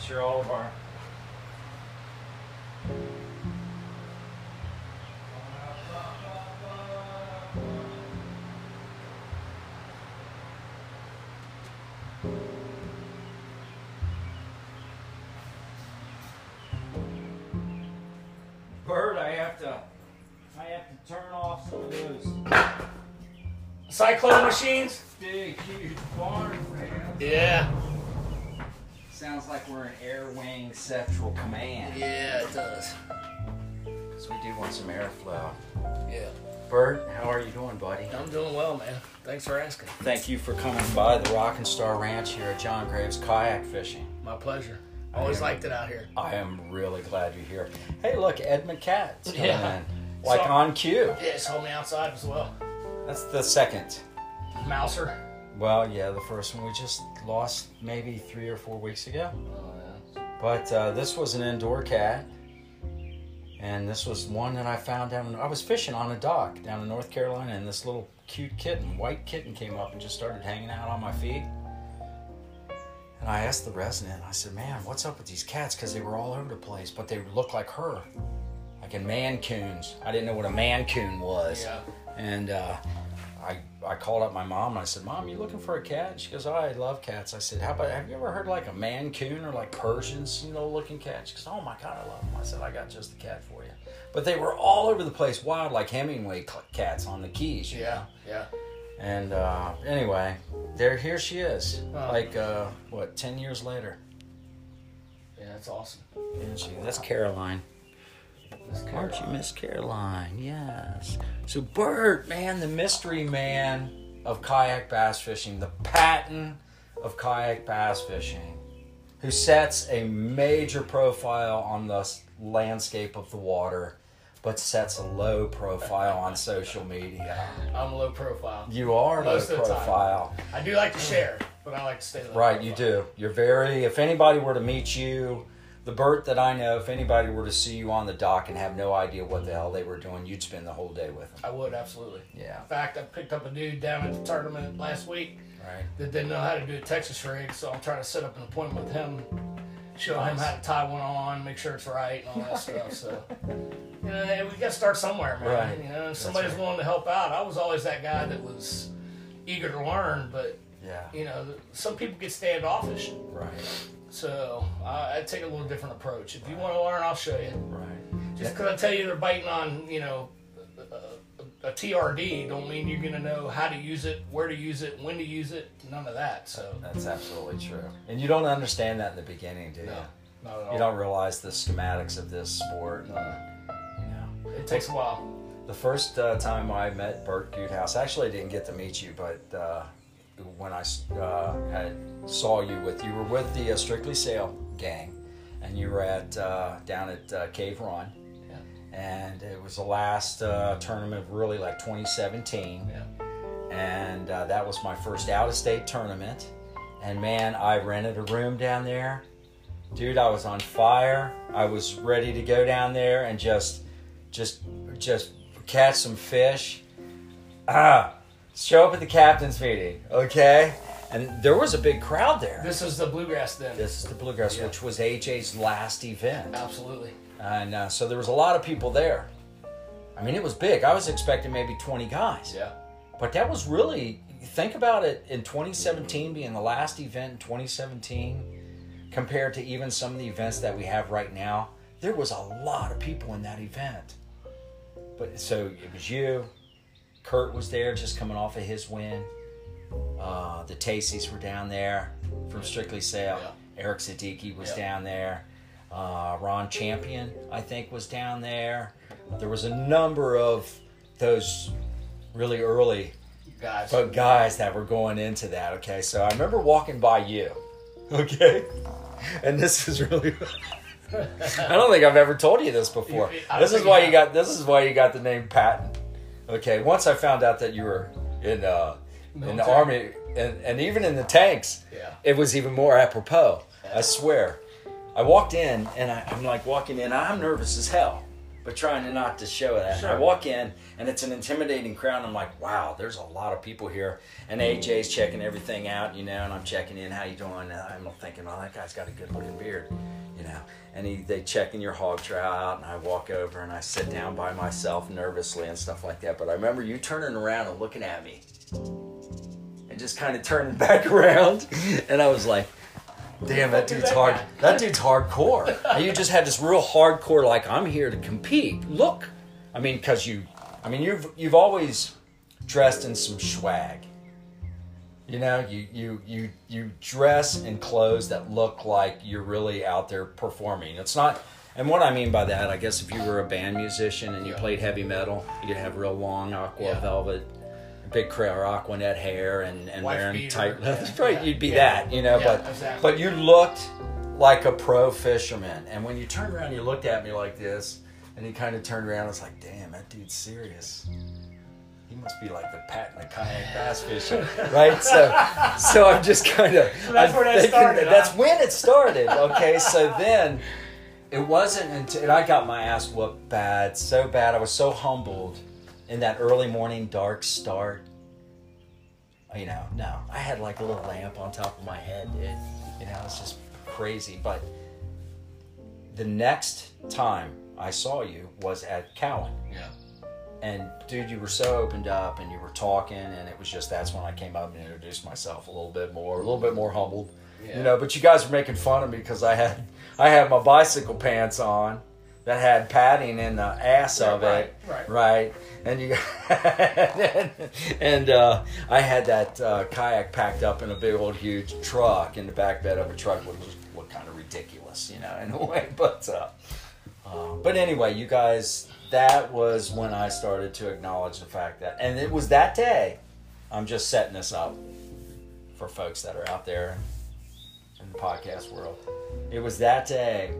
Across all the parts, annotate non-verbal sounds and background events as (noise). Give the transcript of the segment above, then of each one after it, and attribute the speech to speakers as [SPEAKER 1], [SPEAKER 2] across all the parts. [SPEAKER 1] sure all of our Bird, I have to, I have to turn off some of those
[SPEAKER 2] Cyclone machines?
[SPEAKER 1] big, huge barn fans.
[SPEAKER 2] Yeah.
[SPEAKER 1] Sounds like we're in Air Wing Central Command.
[SPEAKER 2] Yeah, it does.
[SPEAKER 1] Because we do want some airflow.
[SPEAKER 2] Yeah.
[SPEAKER 1] Bird, how are you doing, buddy?
[SPEAKER 2] I'm doing well, man. Thanks for asking.
[SPEAKER 1] Thank you for coming by the Rock and Star Ranch here at John Graves Kayak Fishing.
[SPEAKER 2] My pleasure. Always
[SPEAKER 1] am-
[SPEAKER 2] liked it out here.
[SPEAKER 1] I am really glad you're here. Hey, look, Ed McCat's coming
[SPEAKER 2] Yeah.
[SPEAKER 1] in. (laughs) Like
[SPEAKER 2] So-
[SPEAKER 1] on cue.
[SPEAKER 2] Yeah, it's holding outside as well.
[SPEAKER 1] That's the second.
[SPEAKER 2] Mouser.
[SPEAKER 1] Well, yeah, the first one we just lost maybe three or four weeks ago. But uh, this was an indoor cat, and this was one that I found down. I was fishing on a dock down in North Carolina, and this little cute kitten, white kitten, came up and just started hanging out on my feet. And I asked the resident, I said, "Man, what's up with these cats? Because they were all over the place, but they look like her, like in mancoons. I didn't know what a mancoon was."
[SPEAKER 2] Yeah.
[SPEAKER 1] And uh, I I called up my mom and I said, "Mom, you looking for a cat?" And she goes, "Oh, "I love cats." I said, "How about have you ever heard like a mancoon or like Persians, you know, looking cats?" She goes, "Oh my god, I love them." I said, "I got just the cat for you." But they were all over the place, wild like Hemingway cl- cats on the keys. you
[SPEAKER 2] Yeah. Yeah.
[SPEAKER 1] know? And uh, anyway, there here she is.
[SPEAKER 2] Wow.
[SPEAKER 1] Like uh, what, ten years later?
[SPEAKER 2] Yeah, that's awesome.
[SPEAKER 1] And she, that's Caroline.
[SPEAKER 2] That's good.
[SPEAKER 1] Aren't you Miss Caroline? Yes. So Bert, man, the mystery man of kayak bass fishing, the patent of kayak bass fishing, who sets a major profile on the s- landscape of the water, but sets a low profile on social media.
[SPEAKER 2] I'm low profile.
[SPEAKER 1] You are low
[SPEAKER 2] Most of the time.
[SPEAKER 1] profile.
[SPEAKER 2] I do like to share, but I like to stay low.
[SPEAKER 1] Right, you
[SPEAKER 2] profile.
[SPEAKER 1] do. You're very. If anybody were to meet you, the Bert that I know, if anybody were to see you on the dock and have no idea what the hell they were doing, you'd spend the whole day with them.
[SPEAKER 2] I would absolutely.
[SPEAKER 1] Yeah.
[SPEAKER 2] In fact, I picked up a dude down at the tournament last week
[SPEAKER 1] Right.
[SPEAKER 2] that didn't know how to do a Texas rig, so I'm trying to set up an appointment with him, show him how to tie one on, make sure it's right, and all that stuff. So, you know, and we got to start somewhere, man.
[SPEAKER 1] Right.
[SPEAKER 2] You know, if
[SPEAKER 1] That's
[SPEAKER 2] somebody's
[SPEAKER 1] right.
[SPEAKER 2] willing to help out. I was always that guy that was eager to learn, but
[SPEAKER 1] Yeah.
[SPEAKER 2] you know, some people get standoffish.
[SPEAKER 1] Right.
[SPEAKER 2] So I, I take a little different approach. If you want to learn, I'll show you.
[SPEAKER 1] Right.
[SPEAKER 2] Just because I tell you they're biting on, you know, a, a, a TRD, don't mean you're going to know how to use it, where to use it, when to use it, none of that. So,
[SPEAKER 1] That's absolutely true. And you don't understand that in the beginning, do you?
[SPEAKER 2] no, not at all.
[SPEAKER 1] You don't realize the schematics of this sport. and, you know.
[SPEAKER 2] It takes a while.
[SPEAKER 1] The first uh, time I met Bert Gutehouse, actually I didn't get to meet you, but uh, when I s- uh, had, saw you with, you were with the uh, Strictly Sail gang, and you were at uh, down at uh, Cave Run,
[SPEAKER 2] Yeah.
[SPEAKER 1] and it was the last uh, tournament, of really like 2017.
[SPEAKER 2] Yeah.
[SPEAKER 1] and uh, that was my first out of state tournament. And man, I rented a room down there. Dude, I was on fire. I was ready to go down there and just, just, just catch some fish. Ah, show up at the captain's meeting, okay? And there was a big crowd there. This,
[SPEAKER 2] This is the bluegrass then.
[SPEAKER 1] is the Bluegrass,
[SPEAKER 2] Yeah.
[SPEAKER 1] which was AJ's last event.
[SPEAKER 2] Absolutely.
[SPEAKER 1] And uh, so there was a lot of people there. I mean, it was big. I was expecting maybe 20 guys.
[SPEAKER 2] Yeah.
[SPEAKER 1] But that was really think about it in 2017 being the last event in 2017 compared to even some of the events that we have right now. There was a lot of people in that event. But so it was you, Kurt was there just coming off of his win. Uh, the Tacies were down there from Strictly Sale. Eric Siddiqui was
[SPEAKER 2] Yeah.
[SPEAKER 1] down there. Uh, Ron Champion, I think, was down there. There was a number of those really early
[SPEAKER 2] Guys.
[SPEAKER 1] but guys that were going into that, okay? So I remember walking by you, (laughs) okay? And this is really (laughs) I don't think I've ever told you this before.
[SPEAKER 2] You- I don't
[SPEAKER 1] This is
[SPEAKER 2] think
[SPEAKER 1] why
[SPEAKER 2] you
[SPEAKER 1] you got this is why you got the name Patton. Okay, once I found out that you were in uh in the
[SPEAKER 2] Military.
[SPEAKER 1] army and, and even in the tanks,
[SPEAKER 2] Yeah.
[SPEAKER 1] it was even more apropos. I swear. I walked in and I, I'm like walking in, I'm nervous as hell but trying to not to show that. And I
[SPEAKER 2] Sure.
[SPEAKER 1] walk in and it's an intimidating crowd. I'm like, wow, there's a lot of people here. And AJ's checking everything out, you know, and I'm checking in, how you doing? And I'm thinking, oh, that guy's got a good looking beard, you know. And he, they checking your hog trout out, and I walk over and I sit down by myself nervously and stuff like that. But I remember you turning around and looking at me and just kind of turning (laughs) back around. And I was like, damn, that dude's hard. That dude's hardcore. And you just had this real hardcore, like, I'm here to compete. Look. I mean, because you, I mean, you've, you've always dressed in some swag. You know, you, you, you, you dress in clothes that look like you're really out there performing. It's not, and what I mean by that, I guess if you were a band musician and you
[SPEAKER 2] Yeah.
[SPEAKER 1] played heavy metal, you'd have real long aqua
[SPEAKER 2] Yeah.
[SPEAKER 1] velvet, big crayon aquanet hair and, and
[SPEAKER 2] Wife
[SPEAKER 1] wearing
[SPEAKER 2] beater.
[SPEAKER 1] tight
[SPEAKER 2] Yeah.
[SPEAKER 1] leathers. (laughs) Right,
[SPEAKER 2] Yeah.
[SPEAKER 1] you'd be
[SPEAKER 2] Yeah.
[SPEAKER 1] that, you know,
[SPEAKER 2] Yeah,
[SPEAKER 1] but
[SPEAKER 2] exactly.
[SPEAKER 1] but you looked like a pro fisherman. And when you turned around, you looked at me like this, and he kind of turned around. and was like, damn, that dude's serious. He must be like the Pat in the kayak bass fishing, right? So, so I'm just kind of.
[SPEAKER 2] that's where that started, huh?
[SPEAKER 1] That's when it started. Okay, so then it wasn't until and I got my ass whooped bad, so bad. I was so humbled in that early morning dark start. You know, no, I had like a little lamp on top of my head. It, you know, it's just crazy. But the next time I saw you was at Cowan
[SPEAKER 2] Yeah.
[SPEAKER 1] and dude, you were so opened up and you were talking, and it was just that's when I came up and introduced myself a little bit more, a little bit more humbled,
[SPEAKER 2] Yeah.
[SPEAKER 1] you know. But you guys were making fun of me because I had I had my bicycle pants on that had padding in the ass of
[SPEAKER 2] Right,
[SPEAKER 1] it,
[SPEAKER 2] right.
[SPEAKER 1] right? And you (laughs) and uh, I had that uh, kayak packed up in a big old huge truck in the back bed of a truck, which was what kind of ridiculous, you know, in a (laughs) way, but. Uh, um, but anyway, you guys, that was when I started to acknowledge the fact that, and it was that day. I'm just setting this up for folks that are out there in the podcast world. It was that day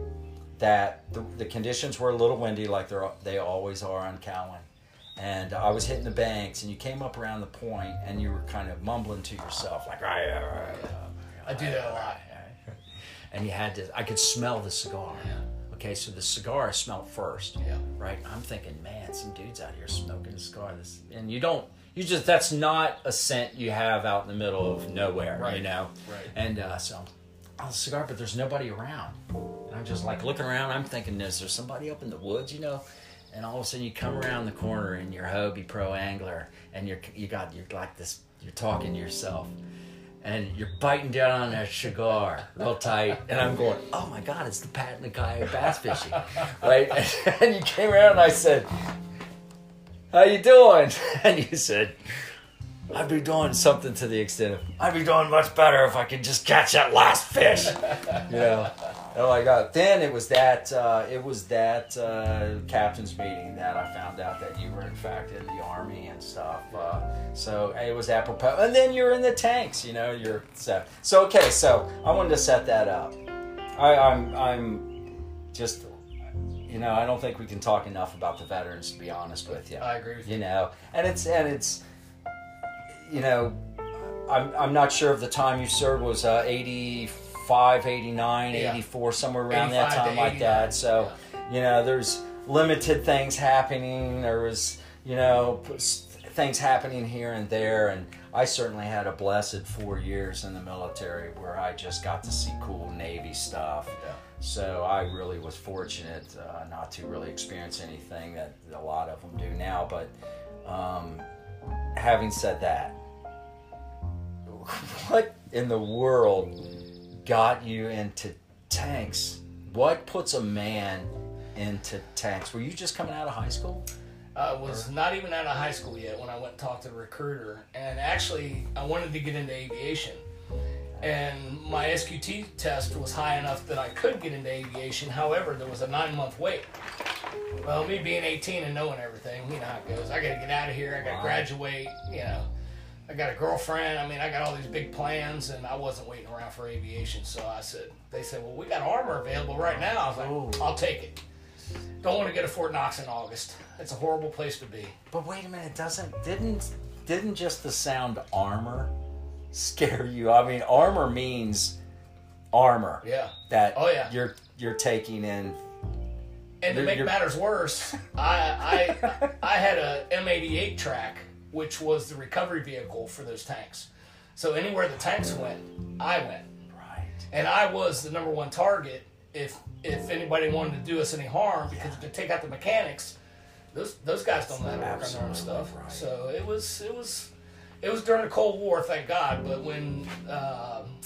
[SPEAKER 1] that the, the conditions were a little windy, like they're, they always are on Cowan. And I was hitting the banks, and you came up around the point, and you were kind of mumbling to yourself, like, "Ah, yeah, ah, yeah, ah,
[SPEAKER 2] I do that a lot.
[SPEAKER 1] and you had to i could smell the cigar
[SPEAKER 2] Yeah.
[SPEAKER 1] okay so the cigar i smelled first
[SPEAKER 2] Yeah.
[SPEAKER 1] right i'm thinking man some dudes out here smoking a cigar this and you don't you just that's not a scent you have out in the middle of nowhere you
[SPEAKER 2] Right.
[SPEAKER 1] know
[SPEAKER 2] Right.
[SPEAKER 1] and uh, so i'm on the cigar but there's nobody around and i'm just like looking around i'm thinking is there somebody up in the woods you know and all of a sudden you come around the corner and you're Hobie Pro Angler and you're you got you're like this you're talking to yourself and you're biting down on that cigar real tight and I'm going, Oh my god, it's the Pat and the guy at bass fishing. right? (laughs) And, you came around and I said, How you doing? (laughs) And you said I'd be doing something to the extent of I'd be doing much better if I could just catch that last fish. (laughs) you know. Oh my god. Then it was that uh, it was that uh, captain's meeting that I found out that you were in fact in the army and stuff. Uh, so it was apropos. And then you're in the tanks, you know, you're so so okay, so I wanted to set that up. I, I'm I'm just you know, I don't think we can talk enough about the veterans to be honest with you
[SPEAKER 2] I agree with you.
[SPEAKER 1] you know and it's and it's you know i'm, I'm not sure if the time you served was uh, 85 89
[SPEAKER 2] Yeah.
[SPEAKER 1] 84 somewhere around that
[SPEAKER 2] 85 to
[SPEAKER 1] time like that
[SPEAKER 2] 89,
[SPEAKER 1] so you know there's limited things happening there was you know p- s- things happening here and there and i certainly had a blessed four years in the military where i just got to see cool navy stuff
[SPEAKER 2] Yeah.
[SPEAKER 1] so I really was fortunate uh, not to really experience anything that a lot of them do now. But um, having said that, (laughs) what in the world got you into tanks? What puts a man into tanks? Were you just coming out of high school?
[SPEAKER 2] I Uh, was not even out of high school yet when I went and talked to the recruiter. And actually, I wanted to get into aviation. And my SQT test was high enough that I could get into aviation. However, there was a nine month wait. Well, me being 18 and knowing everything, you know how it goes. I got to get out of here. I got
[SPEAKER 1] Wow.
[SPEAKER 2] to graduate. You know, I got a girlfriend. I mean, I got all these big plans, and I wasn't waiting around for aviation. So I said, they said, well, we got armor available right now. I was like,
[SPEAKER 1] Oh.
[SPEAKER 2] I'll take it. Don't want to go to Fort Knox in August. It's a horrible place to be.
[SPEAKER 1] But wait a minute, doesn't didn't didn't just the sound armor scare you? I mean, armor means armor.
[SPEAKER 2] Yeah.
[SPEAKER 1] that
[SPEAKER 2] Oh, yeah.
[SPEAKER 1] you're you're taking in
[SPEAKER 2] And to
[SPEAKER 1] You're-
[SPEAKER 2] make
[SPEAKER 1] you're-
[SPEAKER 2] matters worse, I, I I had a M88 track, which was the recovery vehicle for those tanks. So anywhere the tanks went, I went,
[SPEAKER 1] Right.
[SPEAKER 2] and I was the number one target. If if anybody wanted to do us any harm, because if they take out the mechanics, those those guys don't know how to work on their own
[SPEAKER 1] Absolutely
[SPEAKER 2] stuff.
[SPEAKER 1] right.
[SPEAKER 2] So it was it was it was during the Cold War, thank God. But when um,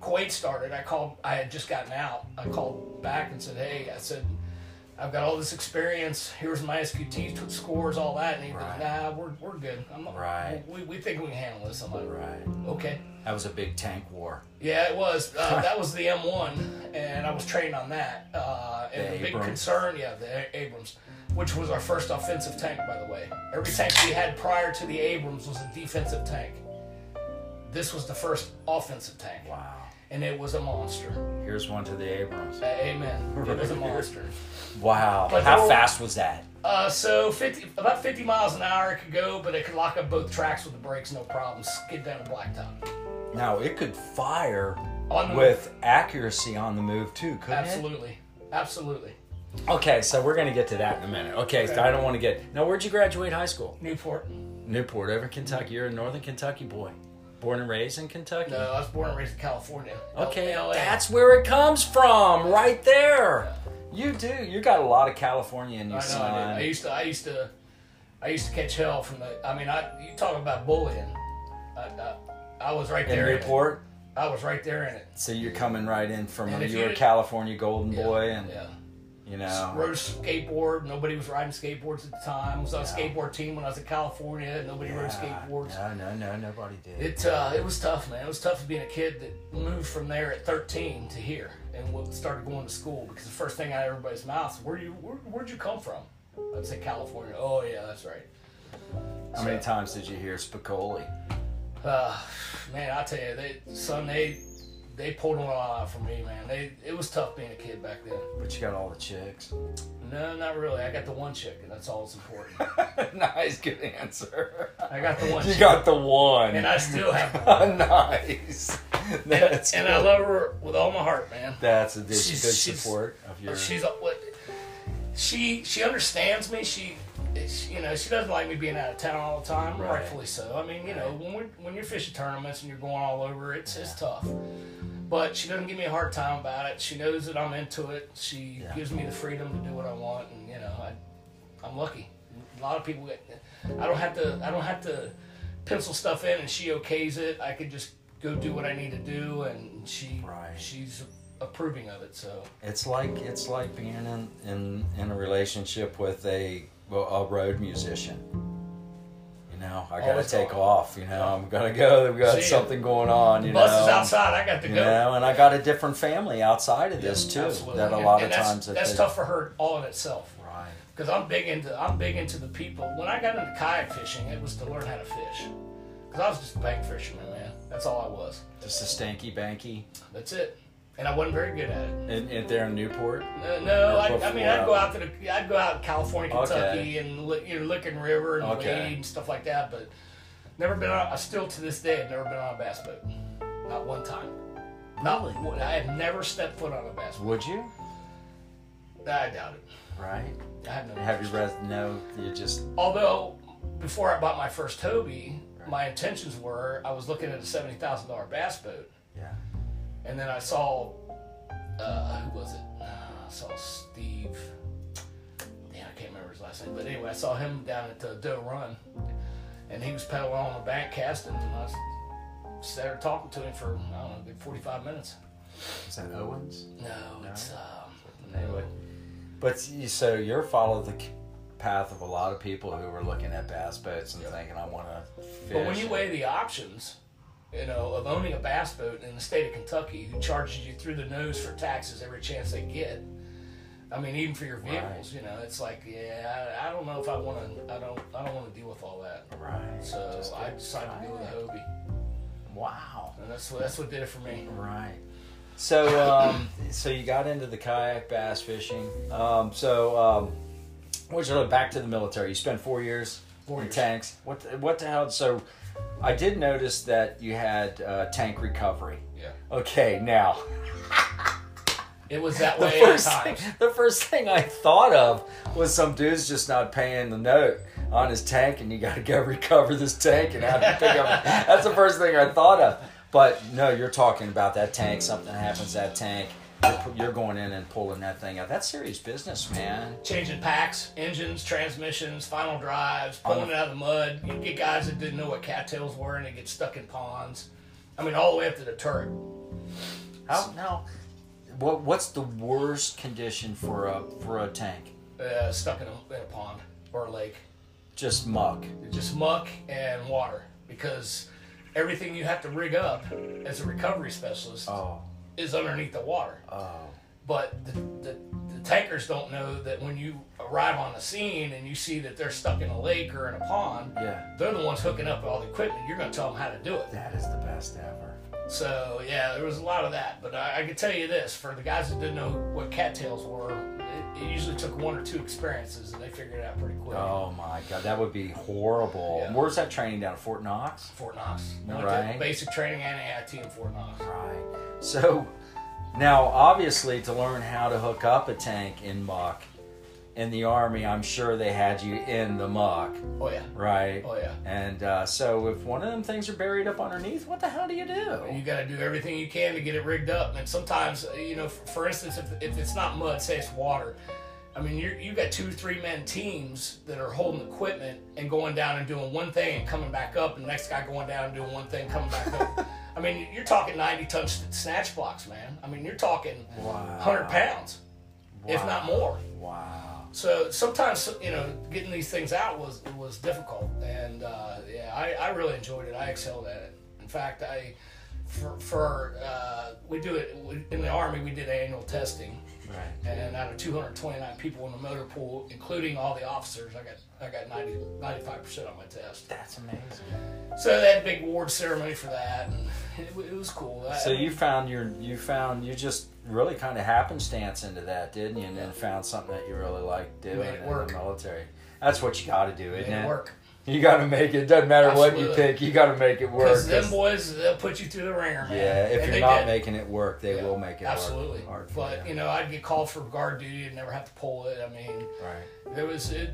[SPEAKER 2] Kuwait started, I called. I had just gotten out. I called back and said, "Hey," I said, "I've got all this experience. Here's my SQT t- scores, all that." And he
[SPEAKER 1] Right.
[SPEAKER 2] goes, "Nah, we're, we're good. I'm not,
[SPEAKER 1] Right.
[SPEAKER 2] We, we think we can handle this." I'm like,
[SPEAKER 1] Right.
[SPEAKER 2] "Okay."
[SPEAKER 1] That was a big tank war.
[SPEAKER 2] Yeah, it was. Uh, that was the M1, and I was trained on that. Uh, and
[SPEAKER 1] The
[SPEAKER 2] the, big
[SPEAKER 1] Abrams.
[SPEAKER 2] concern, yeah, the A- Abrams, which was our first offensive tank, by the way. Every tank we had prior to the Abrams was a defensive tank. This was the first offensive tank,
[SPEAKER 1] Wow.
[SPEAKER 2] and it was a monster.
[SPEAKER 1] Here's one to the Abrams.
[SPEAKER 2] A- Amen. It was a monster.
[SPEAKER 1] Wow.
[SPEAKER 2] But
[SPEAKER 1] How
[SPEAKER 2] no-
[SPEAKER 1] fast was that?
[SPEAKER 2] Uh, so 50, about 50 miles an hour it could go, but it could lock up both tracks with the brakes, no problem. Skid down a blacktop.
[SPEAKER 1] Now it could fire
[SPEAKER 2] On the
[SPEAKER 1] with accuracy on the move too, couldn't it?
[SPEAKER 2] Absolutely. Absolutely.
[SPEAKER 1] Okay, so we're gonna get to that in a minute. Okay, so I don't want to get. Now, where'd you graduate high school?
[SPEAKER 2] Newport.
[SPEAKER 1] Newport, over in Kentucky. You're a Northern Kentucky boy, born and raised in Kentucky.
[SPEAKER 2] No, Uh, I was born and raised in California.
[SPEAKER 1] Okay,
[SPEAKER 2] LA.
[SPEAKER 1] that's where it comes from, right there. You do. You got a lot of California in you,
[SPEAKER 2] I know. I, did. I
[SPEAKER 1] son.
[SPEAKER 2] used to. I used to. I used to catch hell from the. I mean, I you talk about bullying. I, I, I was right
[SPEAKER 1] In
[SPEAKER 2] there. in it.
[SPEAKER 1] Newport,
[SPEAKER 2] I was right there in it.
[SPEAKER 1] so you're coming right in from
[SPEAKER 2] And if
[SPEAKER 1] you're a
[SPEAKER 2] you-
[SPEAKER 1] California golden
[SPEAKER 2] Yeah,
[SPEAKER 1] boy, and
[SPEAKER 2] yeah.
[SPEAKER 1] you know,
[SPEAKER 2] Rode skateboard. Nobody was riding skateboards at the time. Was on a skateboard team when I was in California. Nobody rode
[SPEAKER 1] Yeah.
[SPEAKER 2] skateboards.
[SPEAKER 1] No, no, no, nobody did.
[SPEAKER 2] It uh, it was tough, man. It was tough being a kid that moved from there at 13 to here and w- started going to school because the first thing out of everybody's mouth, where you where, where'd you come from? I'd say California. Oh yeah, that's right.
[SPEAKER 1] How many times did you hear Spicoli?
[SPEAKER 2] Uh, man, I tell you, they son they they pulled one out for me, man. They it was tough being a kid back then.
[SPEAKER 1] But you got all the chicks. (laughs)
[SPEAKER 2] No, not really. I got the one chick, and that's all that's important.
[SPEAKER 1] nice, good answer.
[SPEAKER 2] I
[SPEAKER 1] (laughs)
[SPEAKER 2] got the one
[SPEAKER 1] You
[SPEAKER 2] chick,
[SPEAKER 1] got the one.
[SPEAKER 2] and I still have. Her.
[SPEAKER 1] (laughs) nice. That's
[SPEAKER 2] and
[SPEAKER 1] good.
[SPEAKER 2] I love her with all my heart, man.
[SPEAKER 1] That's a big,
[SPEAKER 2] She's-
[SPEAKER 1] big
[SPEAKER 2] she's-
[SPEAKER 1] support of your.
[SPEAKER 2] She's a, what she she understands me. She it's- you know she doesn't like me being out of town all the time.
[SPEAKER 1] Right.
[SPEAKER 2] Rightfully so. I mean you know when we're, when you're fishing tournaments and you're going all over, it's it's tough. But she doesn't give me a hard time about it. She knows that I'm into it. She
[SPEAKER 1] Yeah.
[SPEAKER 2] gives me the freedom to do what I want, and you know I I'm lucky. A lot of people, get- I don't have to I don't have to pencil stuff in, and she okays it. I could just go do what I need to do, and she
[SPEAKER 1] Right.
[SPEAKER 2] she's approving of it. So.
[SPEAKER 1] It's like it's like being in, in in a relationship with a well, a road musician. You know, I gotta
[SPEAKER 2] Always
[SPEAKER 1] take
[SPEAKER 2] going.
[SPEAKER 1] off. You know, I'm gonna go. We got
[SPEAKER 2] See ya.
[SPEAKER 1] something going on. You
[SPEAKER 2] Bus
[SPEAKER 1] know,
[SPEAKER 2] is outside. I got to
[SPEAKER 1] You
[SPEAKER 2] go.
[SPEAKER 1] know, and I got a different family outside of this too.
[SPEAKER 2] Absolutely.
[SPEAKER 1] That a
[SPEAKER 2] And-
[SPEAKER 1] lot
[SPEAKER 2] and
[SPEAKER 1] of
[SPEAKER 2] that's,
[SPEAKER 1] times that
[SPEAKER 2] that's
[SPEAKER 1] they-
[SPEAKER 2] tough for her all in itself.
[SPEAKER 1] Right.
[SPEAKER 2] Because I'm big into I'm big into the people. When I got into kayak fishing, it was to learn how to fish. Because I was just a bank fisherman, man. That's all I was.
[SPEAKER 1] Just a stanky banky.
[SPEAKER 2] That's it. And I wasn't very good at it. Uh,
[SPEAKER 1] And, and there in Newport.
[SPEAKER 2] No, no I, I mean I'd go
[SPEAKER 1] Before-
[SPEAKER 2] out to the I'd go out to California,
[SPEAKER 1] Okay.
[SPEAKER 2] Kentucky, and li- you know, Licking River and
[SPEAKER 1] Okay.
[SPEAKER 2] Wade and stuff like that. But never been on. I still to this day have never been on a bass boat. Not one time. Not one. I have never stepped foot on a bass boat.
[SPEAKER 1] Would you?
[SPEAKER 2] I doubt it.
[SPEAKER 1] Right.
[SPEAKER 2] I have no
[SPEAKER 1] Have you
[SPEAKER 2] interest.
[SPEAKER 1] read? No, you just
[SPEAKER 2] Although, before I bought my first Toby, my intentions were I was looking at a seventy thousand dollar bass boat,
[SPEAKER 1] yeah.
[SPEAKER 2] and then I saw, uh, who was it? Uh, I saw Steve. Damn, I can't remember his last name. But anyway, I saw him down at the Doe Run, and he was pedaling on the bank casting, and I sat there talking to him for I don't know, good forty five minutes.
[SPEAKER 1] Is that Owens?
[SPEAKER 2] No, it's um,
[SPEAKER 1] Anyway, but you- so you're follow the c- path of a lot of people who are looking at bass boats and thinking, I want to fish.
[SPEAKER 2] But when you weigh the options, you know, of owning a bass boat in the state of Kentucky, who charges you through the nose for taxes every chance they get. I mean, even for your vehicles, you know, it's like, yeah, I, I don't know if I want to. I don't. I don't want to deal with all that.
[SPEAKER 1] right,
[SPEAKER 2] So
[SPEAKER 1] Just
[SPEAKER 2] I
[SPEAKER 1] get-
[SPEAKER 2] decided to go with a Hobie,
[SPEAKER 1] wow,
[SPEAKER 2] and that's what that's what did it for me.
[SPEAKER 1] right. So, um, so you got into the kayak bass fishing. Um, so, um, what's your back to the military? You spent four years
[SPEAKER 2] Four
[SPEAKER 1] in
[SPEAKER 2] years.
[SPEAKER 1] tanks. What, the- what the hell? So, I did notice that you had uh, tank recovery.
[SPEAKER 2] Yeah.
[SPEAKER 1] Okay, now (laughs)
[SPEAKER 2] It was that
[SPEAKER 1] the
[SPEAKER 2] way at
[SPEAKER 1] first,
[SPEAKER 2] times.
[SPEAKER 1] thing, the first thing I thought of was some dude's just not paying the note on his tank, and you got to go (laughs) recover this tank and have to pick (laughs) up. That's the first thing I thought of. But no, you're talking about that tank. Something happens to that tank. You're, pu- you're going in and pulling that thing out. That's serious business, man.
[SPEAKER 2] Changing packs, engines, transmissions, final drives,
[SPEAKER 1] On
[SPEAKER 2] pulling
[SPEAKER 1] the-
[SPEAKER 2] it out of the mud. You get guys that didn't know what cattails were and they get stuck in ponds. I mean, all the way up to the turret.
[SPEAKER 1] How now? What what's the worst condition for a for a tank?
[SPEAKER 2] uh, stuck in a, in a pond or a lake.
[SPEAKER 1] Just muck.
[SPEAKER 2] Just muck and water because everything you have to rig up as a recovery specialist
[SPEAKER 1] Oh,
[SPEAKER 2] is underneath the water.
[SPEAKER 1] oh.
[SPEAKER 2] But the, the, the tankers don't know that when you arrive on the scene and you see that they're stuck in a lake or in a pond,
[SPEAKER 1] Yeah.
[SPEAKER 2] they're the ones hooking up all the equipment. You're going to tell them how to do it.
[SPEAKER 1] That is the best ever.
[SPEAKER 2] So yeah, there was a lot of that. But I, I can tell you this: for the guys that didn't know what cattails were, it, it usually took one or two experiences, and they figured it out pretty quick.
[SPEAKER 1] Oh my god, that would be horrible.
[SPEAKER 2] Yeah.
[SPEAKER 1] Where's that training down at Fort Knox?
[SPEAKER 2] Fort Knox. I went
[SPEAKER 1] Right.
[SPEAKER 2] to Basic training and AIT in Fort Knox.
[SPEAKER 1] Right. So now obviously to learn how to hook up a tank in muck in the army, I'm sure they had you in the muck,
[SPEAKER 2] Oh yeah.
[SPEAKER 1] right?
[SPEAKER 2] Oh yeah.
[SPEAKER 1] And uh, so if one of them things are buried up underneath, what the hell do you
[SPEAKER 2] You
[SPEAKER 1] do?
[SPEAKER 2] got to do everything you can to get it rigged up. And sometimes, uh, you know, for, for instance, if, if it's not mud, say it's water. I mean, you're, you got two, three man teams that are holding equipment and going down and doing one thing and coming back up, and the next guy going down and doing one thing, coming back
[SPEAKER 1] (laughs)
[SPEAKER 2] up. I mean, you're talking 90 ton s- snatch blocks, man. I mean, you're talking
[SPEAKER 1] Wow.
[SPEAKER 2] 100 pounds, if not more.
[SPEAKER 1] Wow.
[SPEAKER 2] So sometimes you know getting these things out was was difficult, and uh, yeah, I, I really enjoyed it. I excelled at it. In fact, I for, for uh, we do it in the army. We did annual testing,
[SPEAKER 1] Right.
[SPEAKER 2] and out of 229 people in the motor pool, including all the officers, I got I got 95 percent on my test.
[SPEAKER 1] That's amazing.
[SPEAKER 2] So they had a big award ceremony for that, and it, wa- it was cool. I-
[SPEAKER 1] So you found your you found you just really kind of happenstance into that, didn't you? And then found something that you really liked doing
[SPEAKER 2] Made it
[SPEAKER 1] in
[SPEAKER 2] work.
[SPEAKER 1] the military. That's what you got to do,
[SPEAKER 2] made
[SPEAKER 1] isn't
[SPEAKER 2] it
[SPEAKER 1] it?
[SPEAKER 2] work
[SPEAKER 1] You got to make it. Doesn't matter what you
[SPEAKER 2] Absolutely.
[SPEAKER 1] pick. You got to make it work.
[SPEAKER 2] because them boys they'll put you through the ringer. man.
[SPEAKER 1] yeah, if
[SPEAKER 2] And
[SPEAKER 1] you're
[SPEAKER 2] they
[SPEAKER 1] not
[SPEAKER 2] did.
[SPEAKER 1] making it work, they
[SPEAKER 2] Yeah,
[SPEAKER 1] will make it
[SPEAKER 2] absolutely.
[SPEAKER 1] hard.
[SPEAKER 2] but
[SPEAKER 1] for
[SPEAKER 2] you know, I'd get called for guard duty and never have to pull it. I mean,
[SPEAKER 1] right.
[SPEAKER 2] there was it.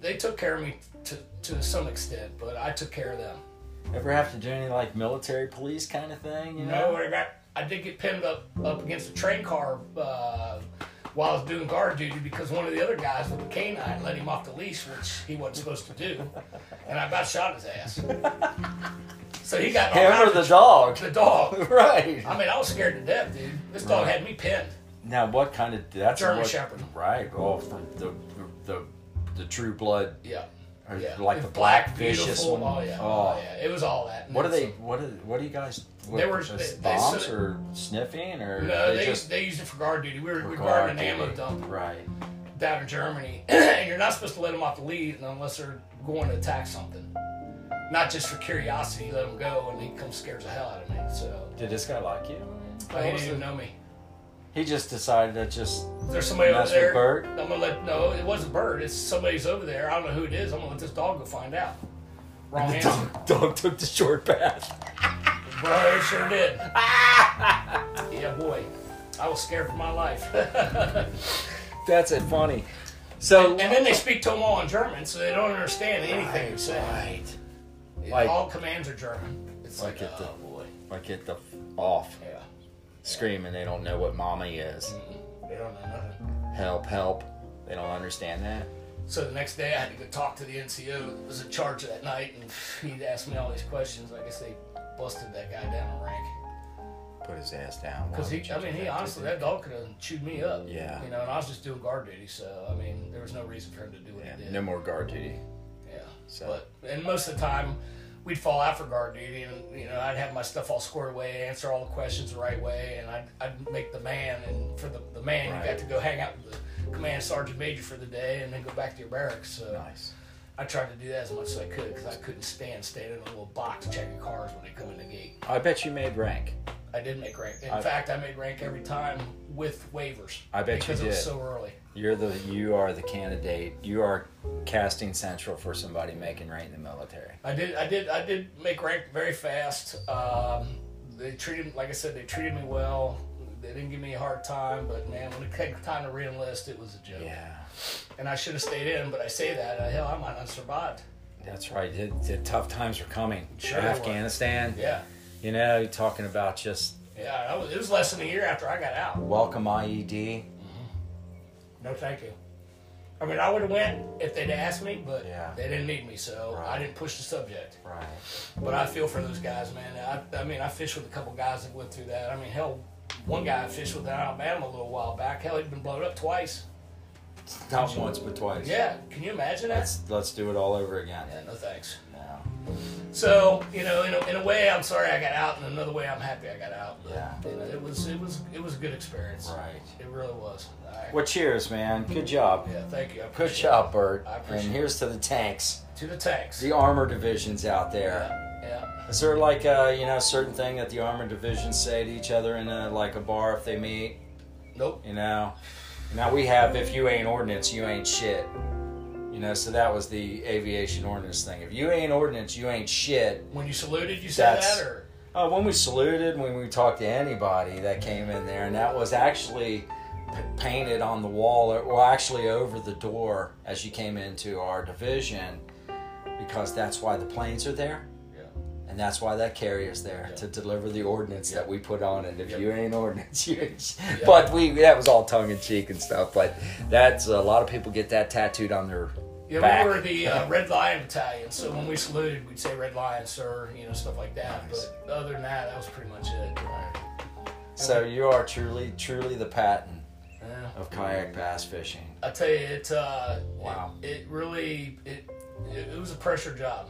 [SPEAKER 2] They took care of me to to some extent, but I took care of them.
[SPEAKER 1] Ever have to do any like military police kind of thing? You
[SPEAKER 2] You
[SPEAKER 1] know.
[SPEAKER 2] know, when I got I did get pinned up up against a train car uh, while I was doing guard duty because one of the other guys with a canine let him off the leash, which he wasn't supposed to do, and I about shot his ass. so he got all
[SPEAKER 1] Hammer
[SPEAKER 2] kinds
[SPEAKER 1] the
[SPEAKER 2] of- (laughs)
[SPEAKER 1] dog. (laughs)
[SPEAKER 2] the dog.
[SPEAKER 1] right.
[SPEAKER 2] I mean, I was scared to death, dude. This dog
[SPEAKER 1] Right.
[SPEAKER 2] had me pinned.
[SPEAKER 1] Now, what kind of that's
[SPEAKER 2] German
[SPEAKER 1] what-
[SPEAKER 2] Shepherd.
[SPEAKER 1] Right. Well, from the the the true blood
[SPEAKER 2] Yeah.
[SPEAKER 1] Or
[SPEAKER 2] yeah.
[SPEAKER 1] like the black vicious
[SPEAKER 2] beautiful.
[SPEAKER 1] one?
[SPEAKER 2] Oh yeah.
[SPEAKER 1] Oh.
[SPEAKER 2] oh yeah, it was all that. And
[SPEAKER 1] What are
[SPEAKER 2] then
[SPEAKER 1] they? What are? What do you guys? What,
[SPEAKER 2] They were-
[SPEAKER 1] just
[SPEAKER 2] they- they
[SPEAKER 1] bombs
[SPEAKER 2] said-
[SPEAKER 1] or sniffing or
[SPEAKER 2] some- No, Uh, they,
[SPEAKER 1] just
[SPEAKER 2] they used it for guard duty. We were, we were
[SPEAKER 1] guard
[SPEAKER 2] guarding an ammo
[SPEAKER 1] duty?
[SPEAKER 2] dump
[SPEAKER 1] Right.
[SPEAKER 2] down in Germany, (clears throat) and you're not supposed to let them off the lead unless they're going to attack something. Not just for curiosity, let them go, and he comes scares the hell out of me. So
[SPEAKER 1] Did this guy like you?
[SPEAKER 2] but he didn't even know me.
[SPEAKER 1] He just decided to just
[SPEAKER 2] There's somebody
[SPEAKER 1] Mess
[SPEAKER 2] over
[SPEAKER 1] with
[SPEAKER 2] there.
[SPEAKER 1] Bird?
[SPEAKER 2] I'm gonna let no, it wasn't bird. It's somebody's over there. I don't know who it is. I'm gonna let this dog go find out. Wrong answer.
[SPEAKER 1] dog, dog took the short path.
[SPEAKER 2] Bro, it
[SPEAKER 1] (laughs)
[SPEAKER 2] sure did. yeah, boy. I was scared for my life. (laughs)
[SPEAKER 1] That's it. Funny. So
[SPEAKER 2] and then they speak to them all in German, so they don't understand anything you say.
[SPEAKER 1] right.
[SPEAKER 2] It-
[SPEAKER 1] Like-
[SPEAKER 2] all commands are German. It's
[SPEAKER 1] Like
[SPEAKER 2] like,
[SPEAKER 1] it
[SPEAKER 2] oh,
[SPEAKER 1] did.
[SPEAKER 2] boy.
[SPEAKER 1] Like get the f- off
[SPEAKER 2] Yeah.
[SPEAKER 1] screaming. They don't know what mommy is.
[SPEAKER 2] They don't know nothing.
[SPEAKER 1] Help! Help! They don't understand that.
[SPEAKER 2] So the next day, I had to go talk to the NCO that was in charge that night, and he asked me all these questions. I guess they busted that guy down a rank.
[SPEAKER 1] Put his ass down.
[SPEAKER 2] Because
[SPEAKER 1] Why
[SPEAKER 2] he,
[SPEAKER 1] would you
[SPEAKER 2] I
[SPEAKER 1] do
[SPEAKER 2] mean, he
[SPEAKER 1] that to
[SPEAKER 2] honestly,
[SPEAKER 1] the-
[SPEAKER 2] that dog could have chewed me up.
[SPEAKER 1] Oh, Yeah.
[SPEAKER 2] You know, and I was just doing guard duty, so, I mean, there was no reason for him to do what
[SPEAKER 1] Yeah,
[SPEAKER 2] he did.
[SPEAKER 1] no more guard duty.
[SPEAKER 2] Yeah.
[SPEAKER 1] So-
[SPEAKER 2] But and most of the time, we'd fall out for guard duty, and you know I'd have my stuff all squared away, answer all the questions the right way, and I'd, I'd make the man. And for the, the man,
[SPEAKER 1] Right.
[SPEAKER 2] you got to go hang out with the command sergeant major for the day, and then go back to your barracks. So
[SPEAKER 1] Nice.
[SPEAKER 2] I tried to do that as much as I could because I couldn't stand standing in a little box checking cars when they come in the gate.
[SPEAKER 1] I bet you made rank.
[SPEAKER 2] I did make rank. In
[SPEAKER 1] I-
[SPEAKER 2] fact, I made rank every time with waivers.
[SPEAKER 1] I bet you
[SPEAKER 2] because it was
[SPEAKER 1] did.
[SPEAKER 2] so early.
[SPEAKER 1] You're the you are the candidate. You are casting central for somebody making rank in the military.
[SPEAKER 2] I did, I did, I did make rank very fast. Um, they treated, like I said, they treated me well. They didn't give me a hard time, but man, when it came time to reenlist, it was a joke.
[SPEAKER 1] Yeah,
[SPEAKER 2] And I should have stayed in, but I say that, and hell, I might not survived.
[SPEAKER 1] that's right. The, the tough times are coming.
[SPEAKER 2] Sure they were.
[SPEAKER 1] Afghanistan.
[SPEAKER 2] Yeah,
[SPEAKER 1] You know, you're talking about just
[SPEAKER 2] yeah. I was, it was less than a year after I got out.
[SPEAKER 1] welcome E IED.
[SPEAKER 2] No, thank you. I mean, I would have went if they'd asked me, but
[SPEAKER 1] Yeah.
[SPEAKER 2] they didn't need me, so I
[SPEAKER 1] Right.
[SPEAKER 2] didn't push the subject.
[SPEAKER 1] Right.
[SPEAKER 2] But I feel for those guys, man. I, I mean, I fished with a couple guys that went through that. I mean, hell, one guy I fished with in Alabama a little while back. Hell, he'd been blown up twice.
[SPEAKER 1] Not once, but twice.
[SPEAKER 2] Yeah, can you imagine that?
[SPEAKER 1] Let's let's do it all over again.
[SPEAKER 2] Yeah, no thanks.
[SPEAKER 1] No.
[SPEAKER 2] So you know, in a, in a way, I'm sorry I got out, and another way, I'm happy I got out. But,
[SPEAKER 1] Yeah.
[SPEAKER 2] you know, it was it was it was a good experience.
[SPEAKER 1] Right.
[SPEAKER 2] It really was. All right.
[SPEAKER 1] Well, cheers, man. Good job.
[SPEAKER 2] Yeah, thank you. I
[SPEAKER 1] Good
[SPEAKER 2] appreciate
[SPEAKER 1] job, Bert.
[SPEAKER 2] I appreciate
[SPEAKER 1] And
[SPEAKER 2] it.
[SPEAKER 1] here's to the tanks,
[SPEAKER 2] it. To the tanks.
[SPEAKER 1] the armor divisions out there.
[SPEAKER 2] Yeah. Yeah.
[SPEAKER 1] Is there like a you know certain thing that the armor divisions say to each other in a like a bar if they meet?
[SPEAKER 2] Nope.
[SPEAKER 1] You know, now we have if you ain't ordnance, you ain't shit. You know, so that was the aviation ordnance thing. If you ain't ordnance, you ain't shit.
[SPEAKER 2] When you saluted, you said
[SPEAKER 1] That's-
[SPEAKER 2] that, or
[SPEAKER 1] Uh, when we saluted, when we talked to anybody that came in there, and that was actually p- painted on the wall, or, or actually over the door as you came into our division, because that's why the planes are there.
[SPEAKER 2] Yeah.
[SPEAKER 1] And that's why that carrier's there
[SPEAKER 2] Yeah.
[SPEAKER 1] to deliver the ordinance that we put on it. If
[SPEAKER 2] Yep.
[SPEAKER 1] you ain't ordinance, (laughs) you ain't. sh- But we that was all tongue in cheek and stuff. But that's a lot of people get that tattooed on their
[SPEAKER 2] Yeah,
[SPEAKER 1] back.
[SPEAKER 2] we were the uh, Red Lion Battalion, so when we saluted, we'd say Red Lion, sir, you know, stuff like that.
[SPEAKER 1] Nice.
[SPEAKER 2] But other than that, that was pretty much it.
[SPEAKER 1] (laughs) so you are truly, truly the patent
[SPEAKER 2] Yeah.
[SPEAKER 1] of kayak bass fishing.
[SPEAKER 2] I tell you, it. Uh,
[SPEAKER 1] Wow.
[SPEAKER 2] It, it really it, it it was a pressure job.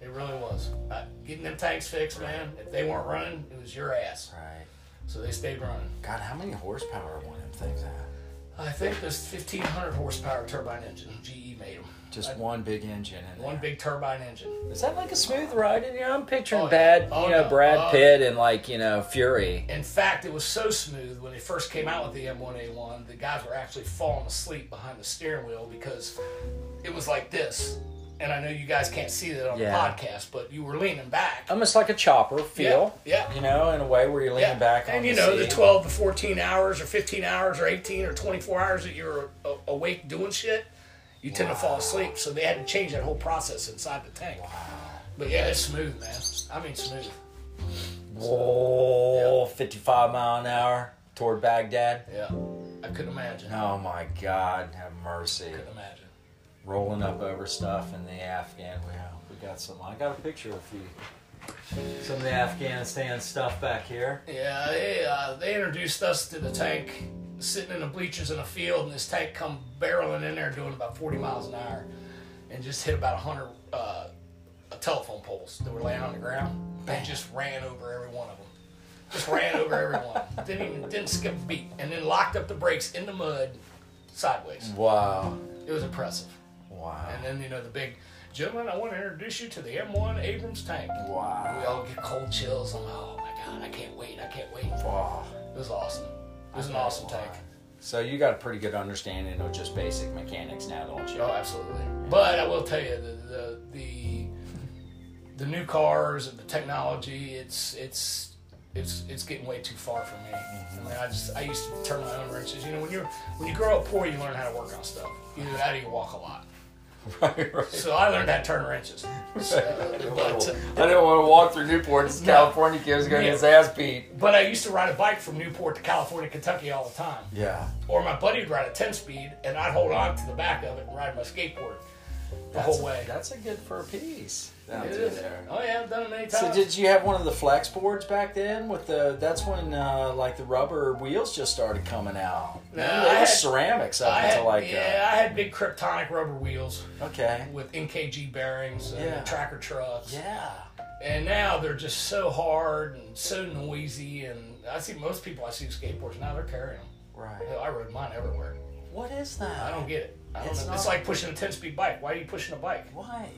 [SPEAKER 2] It really was. Uh, getting them tanks fixed, man. If they weren't running, it was your ass.
[SPEAKER 1] Right.
[SPEAKER 2] So they stayed running.
[SPEAKER 1] God, how many horsepower one of them things have?
[SPEAKER 2] I think this 1500 horsepower turbine engine GE made them.
[SPEAKER 1] Just one big engine and
[SPEAKER 2] One big turbine engine.
[SPEAKER 1] Is that like a smooth ride? You know, I'm picturing
[SPEAKER 2] Oh, yeah.
[SPEAKER 1] bad,
[SPEAKER 2] Oh,
[SPEAKER 1] you know,
[SPEAKER 2] no.
[SPEAKER 1] Brad
[SPEAKER 2] Oh.
[SPEAKER 1] Pitt and like you know Fury.
[SPEAKER 2] In fact, it was so smooth when they first came out with the M1A1, the guys were actually falling asleep behind the steering wheel because it was like this. And I know you guys can't see that on
[SPEAKER 1] Yeah.
[SPEAKER 2] the podcast, but you were leaning back.
[SPEAKER 1] Almost like a chopper feel.
[SPEAKER 2] Yeah, yeah.
[SPEAKER 1] You know, in a way where you're leaning back on
[SPEAKER 2] and you
[SPEAKER 1] the
[SPEAKER 2] know
[SPEAKER 1] seat.
[SPEAKER 2] the 12 to 14 hours or 15 hours or 18 or 24 hours that you're a- awake doing shit you tend to fall asleep so they had to change that whole process inside the tank but yeah it's smooth man i mean smooth
[SPEAKER 1] Whoa, 55 mile an hour toward Baghdad.
[SPEAKER 2] yeah i couldn't imagine
[SPEAKER 1] Oh my God, have mercy.
[SPEAKER 2] couldn't imagine
[SPEAKER 1] Rolling up over stuff in the Afghan. Wow, we got some. I got a picture of the, some of the Afghanistan stuff back here.
[SPEAKER 2] yeah they, uh, they introduced us to the tank sitting in the bleachers in a field and this tank come barreling in there doing about 40 miles an hour and just hit about 100 uh, telephone poles that were laying on the ground and just ran over every one of them just ran over everyone. Didn't even didn't skip a beat, and then locked up the brakes in the mud, sideways.
[SPEAKER 1] Wow.
[SPEAKER 2] It was impressive.
[SPEAKER 1] Wow.
[SPEAKER 2] And then you know the big gentleman. I want to introduce you to the M1 Abrams tank. We
[SPEAKER 1] Wow.
[SPEAKER 2] all get cold chills. I'm like, oh my god, I can't wait. I can't wait. It
[SPEAKER 1] Wow.
[SPEAKER 2] was awesome. It was an awesome tank.
[SPEAKER 1] So you got a pretty good understanding of just basic mechanics now, don't you?
[SPEAKER 2] Oh, absolutely. But I will tell you the the the, the new cars and the technology. It's it's. It's, it's getting way too far for me. I mean, I just I used to turn my own wrenches. You know, when you're when you grow up poor, you learn how to work on stuff. Either that or you walk a lot.
[SPEAKER 1] (laughs) right, right.
[SPEAKER 2] So I learned how to turn wrenches. (laughs)
[SPEAKER 1] I
[SPEAKER 2] So,
[SPEAKER 1] didn't
[SPEAKER 2] (laughs) but, uh,
[SPEAKER 1] want to walk through Newport. This California kid's gonna get his ass beat.
[SPEAKER 2] but I used to ride a bike from Newport to California, Kentucky all the time.
[SPEAKER 1] Yeah.
[SPEAKER 2] Or my buddy would ride a ten speed, and I'd hold on to the back of it and ride my skateboard the
[SPEAKER 1] That's
[SPEAKER 2] whole
[SPEAKER 1] a-
[SPEAKER 2] way.
[SPEAKER 1] That's a good for a piece down
[SPEAKER 2] It
[SPEAKER 1] through
[SPEAKER 2] is.
[SPEAKER 1] there.
[SPEAKER 2] Oh yeah, I've done it many times.
[SPEAKER 1] So did you have one of the flex boards back then? With the that's when uh, like the rubber wheels just started coming out.
[SPEAKER 2] No,
[SPEAKER 1] Remember,
[SPEAKER 2] I
[SPEAKER 1] they were
[SPEAKER 2] had-
[SPEAKER 1] ceramics up
[SPEAKER 2] I
[SPEAKER 1] until
[SPEAKER 2] had,
[SPEAKER 1] like
[SPEAKER 2] yeah, I had big Kryptonic rubber wheels
[SPEAKER 1] uh, okay,
[SPEAKER 2] with NKG bearings and
[SPEAKER 1] Yeah.
[SPEAKER 2] tracker trucks.
[SPEAKER 1] yeah,
[SPEAKER 2] And now they're just so hard and so noisy. And I see most people I see with skateboards now they're carrying them.
[SPEAKER 1] right.
[SPEAKER 2] Hell, I rode mine everywhere.
[SPEAKER 1] What is that?
[SPEAKER 2] I don't get it. I don't
[SPEAKER 1] It's
[SPEAKER 2] know.
[SPEAKER 1] not-
[SPEAKER 2] It's like pushing a ten speed bike. Why are you pushing a bike?
[SPEAKER 1] Why?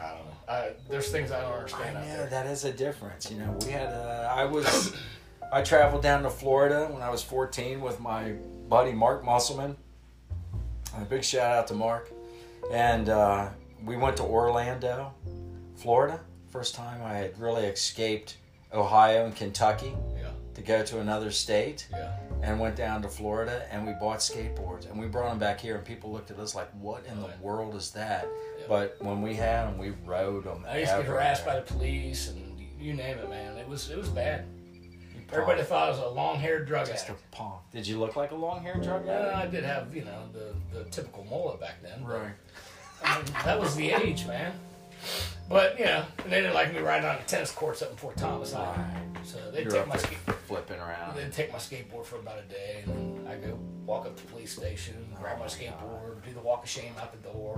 [SPEAKER 2] I don't know. I, there's things I don't
[SPEAKER 1] I
[SPEAKER 2] understand out
[SPEAKER 1] know
[SPEAKER 2] there.
[SPEAKER 1] that is a difference. You know, we had uh, I was (coughs) I traveled down to Florida when I was 14 with my buddy Mark Musselman. A big shout out to Mark, and uh, we went to Orlando, Florida. First time I had really escaped Ohio and Kentucky
[SPEAKER 2] Yeah.
[SPEAKER 1] to go to another state
[SPEAKER 2] Yeah.
[SPEAKER 1] and went down to Florida and we bought skateboards and we brought them back here and people looked at us like, what in the
[SPEAKER 2] Right.
[SPEAKER 1] world is that?
[SPEAKER 2] Yeah.
[SPEAKER 1] But when we had them, we rode them.
[SPEAKER 2] I used to get harassed by the police and you name it, man. It was it was bad. Everybody thought I was a long-haired drug addict.
[SPEAKER 1] Mr. Pong. Did you look like a long haired drug
[SPEAKER 2] Uh,
[SPEAKER 1] addict?
[SPEAKER 2] I did have you know the, the typical mullet back then. but, I mean, that was the age, man. But you know, and they didn't like me riding on the tennis courts up in Fort Thomas either.
[SPEAKER 1] Right.
[SPEAKER 2] So they
[SPEAKER 1] You're
[SPEAKER 2] take
[SPEAKER 1] up
[SPEAKER 2] my
[SPEAKER 1] there
[SPEAKER 2] skate.
[SPEAKER 1] flipping around.
[SPEAKER 2] They'd take my skateboard for about a day, and then I go walk up to the police station,
[SPEAKER 1] Oh
[SPEAKER 2] grab my skateboard, do the walk of shame out the door.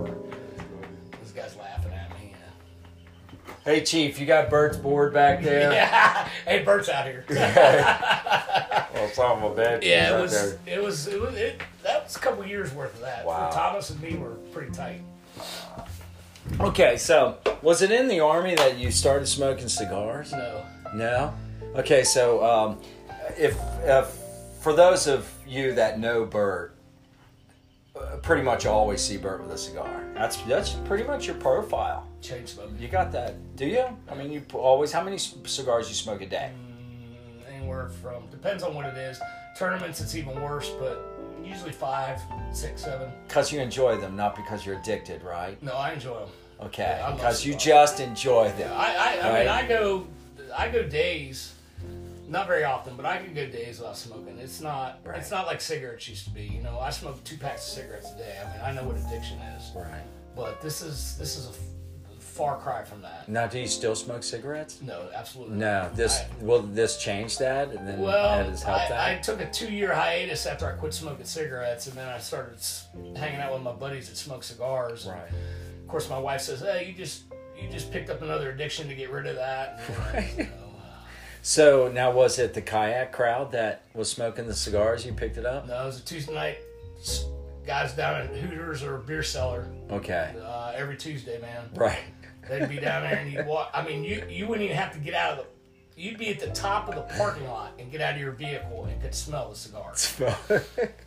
[SPEAKER 2] This guy's laughing at me. you know.
[SPEAKER 1] Hey, Chief, you got Bert's board back there?
[SPEAKER 2] Yeah. (laughs) hey, Bert's
[SPEAKER 1] (laughs)
[SPEAKER 2] out here.
[SPEAKER 1] Well, son of a bitch. he's
[SPEAKER 2] yeah,
[SPEAKER 1] out
[SPEAKER 2] it was,
[SPEAKER 1] there.
[SPEAKER 2] it was. It was. It That was a couple years worth of that.
[SPEAKER 1] Wow.
[SPEAKER 2] Fort Thomas and me were pretty tight.
[SPEAKER 1] Okay, so was it in the army that you started smoking cigars?
[SPEAKER 2] So
[SPEAKER 1] No. Okay, so um, if, if for those of you that know Bert, uh, pretty much always see Bert with a cigar. That's that's pretty much your profile.
[SPEAKER 2] chain smoking.
[SPEAKER 1] You got that, do you? I mean, you p- always. How many c- cigars you smoke a day?
[SPEAKER 2] Mm, anywhere from depends on what it is. Tournaments, it's even worse, but usually five, six, seven.
[SPEAKER 1] Because you enjoy them, not because you're addicted, right?
[SPEAKER 2] No, I enjoy them.
[SPEAKER 1] Okay,
[SPEAKER 2] Yeah, I love
[SPEAKER 1] because you
[SPEAKER 2] cigars.
[SPEAKER 1] just enjoy them.
[SPEAKER 2] I, I, I
[SPEAKER 1] Right.
[SPEAKER 2] mean, I go, I go days, not very often, but I can go days without smoking. It's not,
[SPEAKER 1] Right.
[SPEAKER 2] it's not like cigarettes used to be. You know, I smoke two packs of cigarettes a day. I mean, I know what addiction is,
[SPEAKER 1] Right.
[SPEAKER 2] but this is this is a f- far cry from that.
[SPEAKER 1] Now, do you still smoke cigarettes?
[SPEAKER 2] No, absolutely. not.
[SPEAKER 1] No. This
[SPEAKER 2] I-
[SPEAKER 1] will this change that, and then that
[SPEAKER 2] Well,
[SPEAKER 1] has helped
[SPEAKER 2] I, I
[SPEAKER 1] that.
[SPEAKER 2] took a two-year hiatus after I quit smoking cigarettes, and then I started s- hanging out with my buddies that smoke cigars.
[SPEAKER 1] right.
[SPEAKER 2] Of course, my wife says, "Hey, you just you just picked up another addiction to get rid of that." And, you know,
[SPEAKER 1] (laughs) So now, was it the kayak crowd that was smoking the cigars? You picked it
[SPEAKER 2] uh,
[SPEAKER 1] (laughs) up.
[SPEAKER 2] no, it was a Tuesday night. s- Guys down at Hooters or beer cellar
[SPEAKER 1] Okay.
[SPEAKER 2] uh, every Tuesday, man.
[SPEAKER 1] Right. (laughs)
[SPEAKER 2] They'd be down there, and you'd walk. I mean, you you wouldn't even have to get out of the. You'd be at the top of the parking lot and get out of your vehicle and could smell the cigars.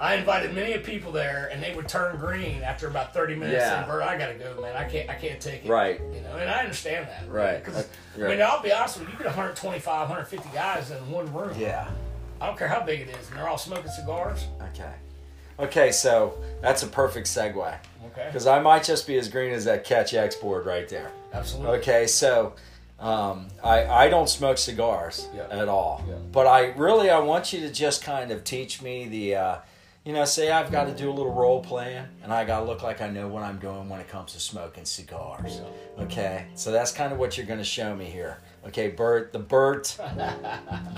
[SPEAKER 2] I invited many of people there, and they would turn green after about thirty minutes.
[SPEAKER 1] Yeah.
[SPEAKER 2] And Bert, I gotta go, man. I can't, I can't take it.
[SPEAKER 1] Right.
[SPEAKER 2] You know, and I understand that.
[SPEAKER 1] Right.
[SPEAKER 2] (laughs) 'Cause, I
[SPEAKER 1] Right.
[SPEAKER 2] mean, I'll be honest with you. You get 125, 150 guys in one room.
[SPEAKER 1] yeah.
[SPEAKER 2] I don't care how big it is, and they're all smoking cigars.
[SPEAKER 1] Okay. Okay. So that's a perfect segue
[SPEAKER 2] Okay.
[SPEAKER 1] because I might just be as green as that catch X board right there.
[SPEAKER 2] Absolutely.
[SPEAKER 1] Okay, so um, I I don't smoke cigars
[SPEAKER 2] Yeah.
[SPEAKER 1] at all,
[SPEAKER 2] Yeah.
[SPEAKER 1] but I really I want you to just kind of teach me the, uh, you know, say I've got to do a little role playing and I got to look like I know what I'm doing when it comes to smoking cigars. Okay, so that's kind of what you're going to show me here. Okay, Bert, the Bert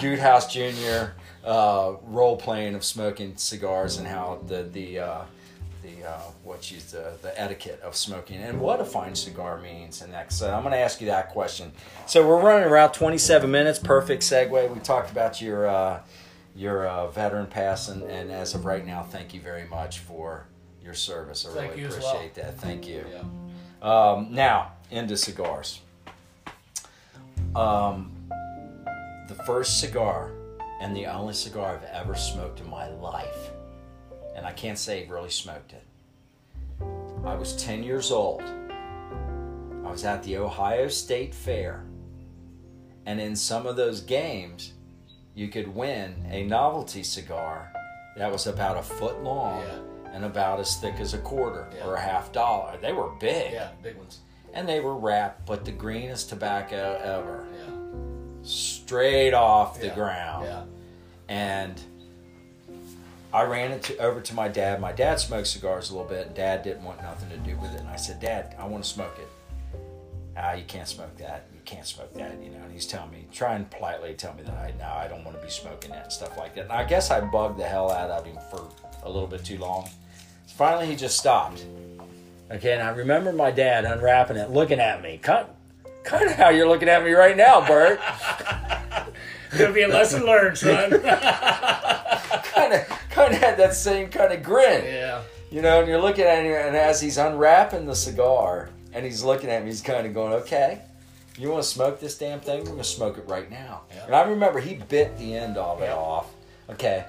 [SPEAKER 1] House Jr. Uh, role playing of smoking cigars and how the the uh, the uh, what you the, the etiquette of smoking and what a fine cigar means and that. So I'm going to ask you that question. So we're running around 27 minutes. Perfect segue. We talked about your uh, your uh, veteran pass and, and as of right now, thank you very much for your service. I
[SPEAKER 2] Thank
[SPEAKER 1] really
[SPEAKER 2] you as well.
[SPEAKER 1] appreciate that. Thank you.
[SPEAKER 2] Yeah.
[SPEAKER 1] Um, now into cigars. Um, the first cigar and the only cigar I've ever smoked in my life, and I can't say really smoked it. I was 10 years old. I was at the Ohio State Fair, and in some of those games, you could win a novelty cigar that was about a foot long
[SPEAKER 2] Yeah.
[SPEAKER 1] and about as thick as a quarter
[SPEAKER 2] Yeah.
[SPEAKER 1] or a half dollar. They were big
[SPEAKER 2] Yeah. Big ones.
[SPEAKER 1] and they were wrapped, but the greenest tobacco ever,
[SPEAKER 2] Yeah.
[SPEAKER 1] straight off the
[SPEAKER 2] yeah.
[SPEAKER 1] ground.
[SPEAKER 2] Yeah.
[SPEAKER 1] And I ran it to, over to my dad. My dad smoked cigars a little bit, and dad didn't want nothing to do with it. And I said, Dad, I want to smoke it. Ah, you can't smoke that. You can't smoke that, you know. And he's telling me, trying politely to tell me that I no, I don't want to be smoking that and stuff like that. And I guess I bugged the hell out of him for a little bit too long. So finally, he just stopped. Okay, and I remember my dad unwrapping it, looking at me, kind, kind of how you're looking at me right now, Bert.
[SPEAKER 2] Gonna be a lesson learned,
[SPEAKER 1] (laughs)
[SPEAKER 2] son.
[SPEAKER 1] kind of, kind of had that same kind of grin.
[SPEAKER 2] (laughs) yeah.
[SPEAKER 1] You know, and you're looking at him, and as he's unwrapping the cigar, and he's looking at me, he's kind of going, "Okay, you want to smoke this damn thing? We're gonna smoke it right now."
[SPEAKER 2] Yeah.
[SPEAKER 1] And I remember he bit the end of it
[SPEAKER 2] Yeah.
[SPEAKER 1] off. Okay,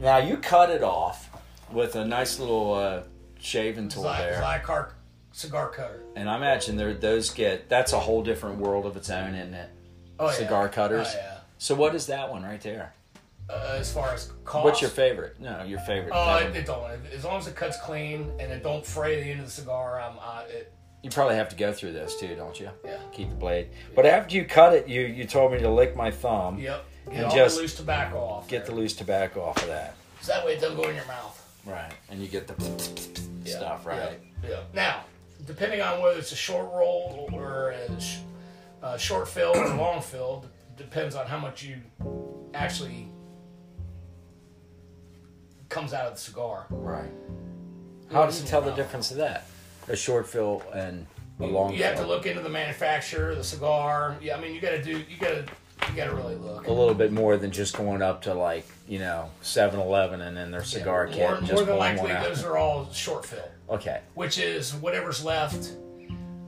[SPEAKER 1] now you cut it off with a nice little uh, shaving tool there,
[SPEAKER 2] Zycar cigar cutter.
[SPEAKER 1] and I imagine there those get that's a whole different world of its own, isn't it?
[SPEAKER 2] Oh yeah.
[SPEAKER 1] Cigar cutters.
[SPEAKER 2] Oh, yeah.
[SPEAKER 1] So what is that one right there?
[SPEAKER 2] uh, as far as cost.
[SPEAKER 1] What's your favorite? No, your favorite.
[SPEAKER 2] Uh,
[SPEAKER 1] That
[SPEAKER 2] it,
[SPEAKER 1] would-
[SPEAKER 2] it don't. As long as it cuts clean and it don't fray the end of the cigar, I'm. Uh, it,
[SPEAKER 1] you probably have to go through those too, don't you?
[SPEAKER 2] Yeah.
[SPEAKER 1] Keep the blade. But after you cut it, you you told me to lick my thumb.
[SPEAKER 2] yep. Get
[SPEAKER 1] And
[SPEAKER 2] all
[SPEAKER 1] just
[SPEAKER 2] the loose tobacco off.
[SPEAKER 1] Get the
[SPEAKER 2] there.
[SPEAKER 1] loose tobacco off of that.
[SPEAKER 2] So that way it doesn't go in your mouth.
[SPEAKER 1] Right. And you get the stuff
[SPEAKER 2] Yeah,
[SPEAKER 1] right.
[SPEAKER 2] Yeah. Now, depending on whether it's a short roll or a sh- uh, short fill or long fill, d- depends on how much you actually comes out of the cigar.
[SPEAKER 1] Right. How
[SPEAKER 2] it's
[SPEAKER 1] do you
[SPEAKER 2] in
[SPEAKER 1] tell the
[SPEAKER 2] your mouth.
[SPEAKER 1] difference of that? A short fill and a long.
[SPEAKER 2] You have to
[SPEAKER 1] fill.
[SPEAKER 2] look into the manufacturer, the cigar. Yeah, I mean, you got to do. You got to. You got to really look.
[SPEAKER 1] a little bit more than just going up to like you know 7-Eleven and then their cigar kit
[SPEAKER 2] More,
[SPEAKER 1] and
[SPEAKER 2] more
[SPEAKER 1] just
[SPEAKER 2] than
[SPEAKER 1] pulling
[SPEAKER 2] likely,
[SPEAKER 1] one out.
[SPEAKER 2] those are all short fill,
[SPEAKER 1] Okay,
[SPEAKER 2] which is whatever's left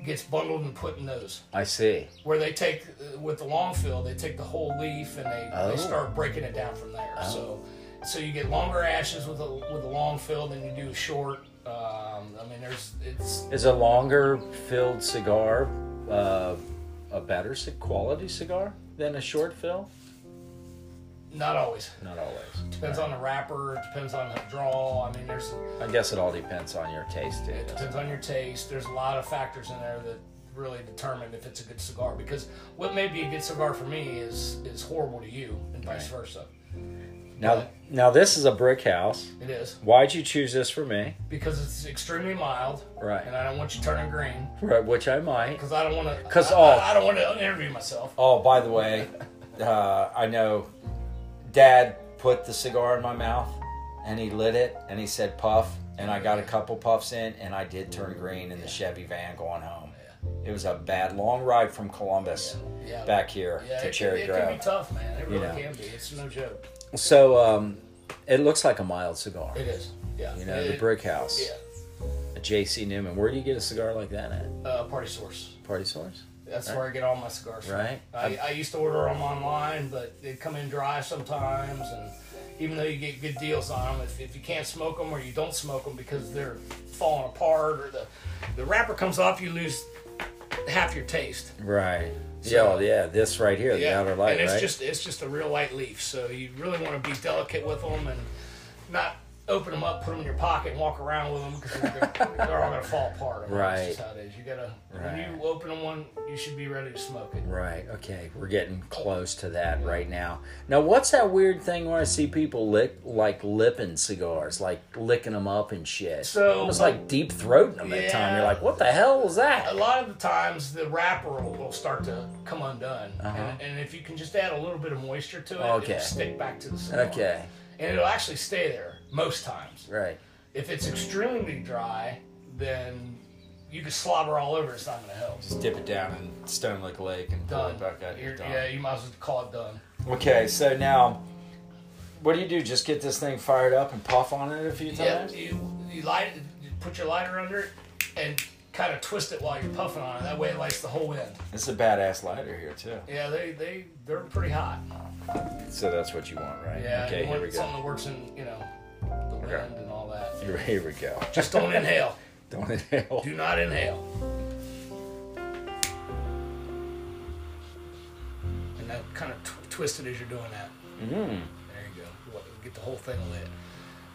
[SPEAKER 2] gets bundled and put in those.
[SPEAKER 1] I see.
[SPEAKER 2] Where they take uh, with the long fill, they take the whole leaf and they,
[SPEAKER 1] Oh.
[SPEAKER 2] they start breaking it down from there. So, so you get longer ashes with a with a long fill than you do a short. Um, I mean, there's it's
[SPEAKER 1] Is a longer filled cigar uh, a better ci- quality cigar than a short fill?
[SPEAKER 2] not always
[SPEAKER 1] Not always.
[SPEAKER 2] depends on the wrapper, it depends on the draw. I mean, there's
[SPEAKER 1] I guess it all depends on your taste too.
[SPEAKER 2] It
[SPEAKER 1] doesn't
[SPEAKER 2] depends on your taste. There's a lot of factors in there that really determine if it's a good cigar. Because what may be a good cigar for me is is horrible to you, and vice versa.
[SPEAKER 1] it? Now, now this is a brick house.
[SPEAKER 2] It is
[SPEAKER 1] Why'd you choose this for me?
[SPEAKER 2] because it's extremely mild,
[SPEAKER 1] Right.
[SPEAKER 2] and I don't want you turning green
[SPEAKER 1] Right, which I might.
[SPEAKER 2] because I don't want to.
[SPEAKER 1] 'Cause,
[SPEAKER 2] I,
[SPEAKER 1] oh.
[SPEAKER 2] I, I don't want to interview myself.
[SPEAKER 1] Oh, by the way, uh, I know Dad put the cigar in my mouth and he lit it and he said puff and I got a couple puffs in and I did turn green in the Chevy van going home. It was a bad long ride from Columbus
[SPEAKER 2] Yeah.
[SPEAKER 1] back here
[SPEAKER 2] Yeah,
[SPEAKER 1] to
[SPEAKER 2] it,
[SPEAKER 1] Cherry
[SPEAKER 2] it can be
[SPEAKER 1] Grove.
[SPEAKER 2] tough, man. It really
[SPEAKER 1] know.
[SPEAKER 2] can be. It's no joke.
[SPEAKER 1] So um, it looks like a mild cigar.
[SPEAKER 2] It is. Yeah.
[SPEAKER 1] You know,
[SPEAKER 2] It-
[SPEAKER 1] the brick house,
[SPEAKER 2] Yeah.
[SPEAKER 1] a J.C. Newman. Where do you get a cigar like that at?
[SPEAKER 2] Uh, party source.
[SPEAKER 1] Party Source,
[SPEAKER 2] That's where I get all my cigars from.
[SPEAKER 1] right?
[SPEAKER 2] I, I used to order them online, but they come in dry sometimes, and even though you get good deals on them, if, if you can't smoke them or you don't smoke them because they're falling apart or the the wrapper comes off, you lose half your taste.
[SPEAKER 1] Right.
[SPEAKER 2] So-
[SPEAKER 1] yeah, yeah. This right here, the outer light,
[SPEAKER 2] and it's
[SPEAKER 1] right?
[SPEAKER 2] just it's just a real light leaf, so you really want to be delicate with them and not open them up, put them in your pocket, and walk around with them because they're, they're all gonna fall apart. I mean, that's just
[SPEAKER 1] Right.
[SPEAKER 2] how it is. You gotta
[SPEAKER 1] Right.
[SPEAKER 2] when you open them one, you should be ready to smoke it.
[SPEAKER 1] Right. Okay. We're getting close to that right now. Now, what's that weird thing where I see people lick like lipping cigars, like licking them up and shit?
[SPEAKER 2] So-
[SPEAKER 1] almost like deep throating them at time. You're
[SPEAKER 2] Yeah.
[SPEAKER 1] like, what the hell was
[SPEAKER 2] a
[SPEAKER 1] that?
[SPEAKER 2] lot of the times the wrapper will, will start to come undone, and, and if you can just add a little bit of moisture to it,
[SPEAKER 1] Uh-huh. Okay.
[SPEAKER 2] it'll stick back to the cigar.
[SPEAKER 1] Okay.
[SPEAKER 2] and it'll actually stay there most times.
[SPEAKER 1] Right.
[SPEAKER 2] If it's extremely dry, then you can slobber all over. It's not going to help.
[SPEAKER 1] Dip it down in Stone Lake Lake and
[SPEAKER 2] Done. You're- Yeah, you might as well call it done.
[SPEAKER 1] Okay. So now, what do you do? Just get this thing fired up and puff on it a few
[SPEAKER 2] Yeah,
[SPEAKER 1] times.
[SPEAKER 2] you you light you put your lighter under it and kind of twist it while you're puffing on it. That way it lights the whole end.
[SPEAKER 1] This is a badass lighter here too.
[SPEAKER 2] Yeah, they they they're pretty hot.
[SPEAKER 1] So that's what you want, right?
[SPEAKER 2] Yeah,
[SPEAKER 1] Okay.
[SPEAKER 2] you
[SPEAKER 1] Here
[SPEAKER 2] want
[SPEAKER 1] we go.
[SPEAKER 2] something that works in you know the wind and all that.
[SPEAKER 1] Here, here we go. (laughs)
[SPEAKER 2] Just don't (laughs) inhale.
[SPEAKER 1] Don't inhale.
[SPEAKER 2] Do not inhale. And that kind of tw- twist it as you're doing that. Mm. There you go. Wa- Get the whole thing lit.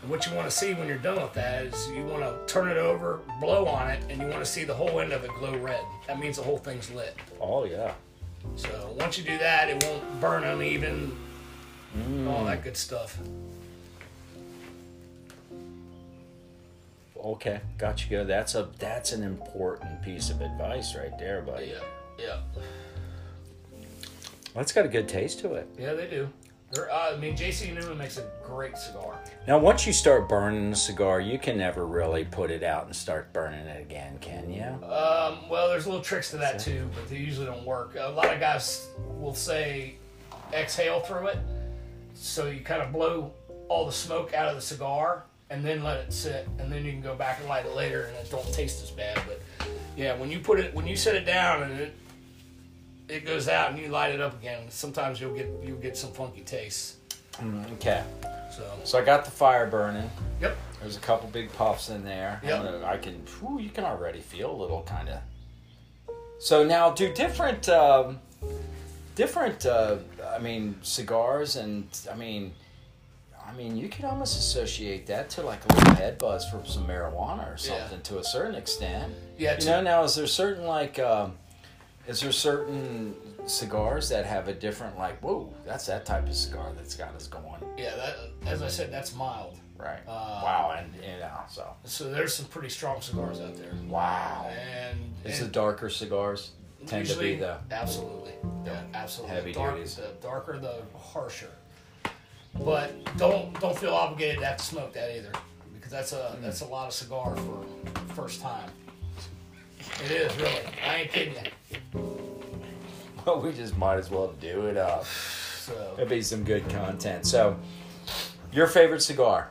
[SPEAKER 2] And what you want to see when you're done with that is you want to turn it over, blow on it, and you want to see the whole end of it glow red. That means the whole thing's lit.
[SPEAKER 1] Oh yeah.
[SPEAKER 2] So once you do that, it won't burn uneven. All that good stuff.
[SPEAKER 1] Okay, got you. Go. That's a that's an important piece of advice right there, buddy.
[SPEAKER 2] Yeah, yeah,
[SPEAKER 1] That's got a good taste to it.
[SPEAKER 2] yeah. They do. They're, uh, I mean, J.C. Newman makes a great cigar.
[SPEAKER 1] Now, once you start burning a cigar, you can never really put it out and start burning it again, can you?
[SPEAKER 2] Um, well, there's little tricks to that too, but they usually don't work. A lot of guys will say exhale through it, so you kind of blow all the smoke out of the cigar and then let it sit, and then you can go back and light it later, and it don't taste as bad. But yeah, when you put it, when you set it down and it it goes out and you light it up again, sometimes you'll get you'll get some funky tastes.
[SPEAKER 1] Mm, Okay.
[SPEAKER 2] So
[SPEAKER 1] So I got the fire burning.
[SPEAKER 2] yep,
[SPEAKER 1] There's a couple big puffs in there.
[SPEAKER 2] Yep.
[SPEAKER 1] I'm gonna- I can. Whew, you can already feel a little kind of. So now, do different, um, different. Uh, I mean, cigars and I mean, I mean, you could almost associate that to like a little head buzz from some marijuana or
[SPEAKER 2] Yeah.
[SPEAKER 1] something to a certain extent.
[SPEAKER 2] Yeah,
[SPEAKER 1] You
[SPEAKER 2] to-
[SPEAKER 1] know, now is there certain like, um, is there certain cigars that have a different like, whoa, that's that type of cigar that's got us going,
[SPEAKER 2] yeah. That, as I said, that's mild.
[SPEAKER 1] right?
[SPEAKER 2] Uh,
[SPEAKER 1] wow, and you know, so
[SPEAKER 2] So there's some pretty strong cigars out there.
[SPEAKER 1] wow,
[SPEAKER 2] And
[SPEAKER 1] it's the
[SPEAKER 2] and
[SPEAKER 1] darker cigars tend to be
[SPEAKER 2] usually-
[SPEAKER 1] the (laughs)
[SPEAKER 2] absolutely, yeah, absolutely.
[SPEAKER 1] heavy
[SPEAKER 2] Dark-
[SPEAKER 1] duties.
[SPEAKER 2] The darker, the harsher. But don't don't feel obligated to have to smoke that either, because that's
[SPEAKER 1] Hmm.
[SPEAKER 2] a that's a lot of cigar for first time. It is really. I ain't kidding you.
[SPEAKER 1] well, we just might as well do it up.
[SPEAKER 2] So
[SPEAKER 1] It'd be some good content. So, your favorite cigar?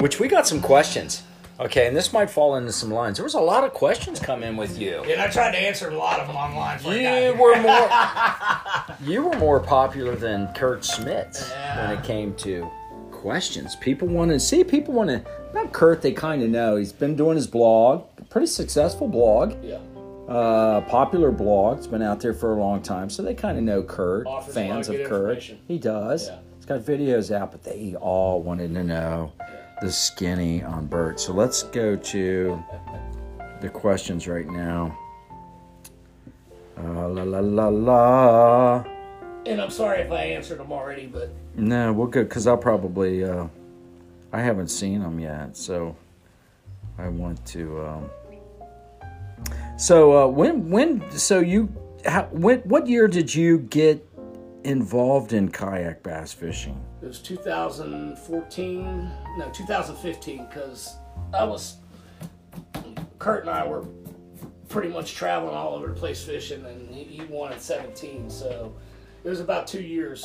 [SPEAKER 1] Which we got some questions. Okay, and this might fall into some lines. There was a lot of questions come in with you.
[SPEAKER 2] and I tried to answer a lot of them online. For
[SPEAKER 1] You were more
[SPEAKER 2] (laughs)
[SPEAKER 1] You were more popular than Kurt Schmitz when
[SPEAKER 2] Yeah.
[SPEAKER 1] it came to questions. People want to see people want to not Kurt, they kind of know. He's been doing his blog, pretty successful blog,
[SPEAKER 2] Yeah.
[SPEAKER 1] uh, popular blog. It's been out there for a long time, so they kind of know Kurt,
[SPEAKER 2] Offers a lot
[SPEAKER 1] fans
[SPEAKER 2] of
[SPEAKER 1] of
[SPEAKER 2] good
[SPEAKER 1] Kurt.
[SPEAKER 2] information.
[SPEAKER 1] He does.
[SPEAKER 2] Yeah.
[SPEAKER 1] He's got videos out, but they all wanted to know the skinny on Bert. So let's go to the questions right now. Uh, la la la la.
[SPEAKER 2] And I'm sorry if I answered them already, but
[SPEAKER 1] No, we'll go because I'll probably. Uh, I haven't seen them yet, so I want to. Um, so uh, when when so you how, when what year did you get involved in kayak bass fishing?
[SPEAKER 2] It was 2014, no, 2015, because I was, Kurt and I were pretty much traveling all over the place fishing, and he, he won at 17. So it was about two years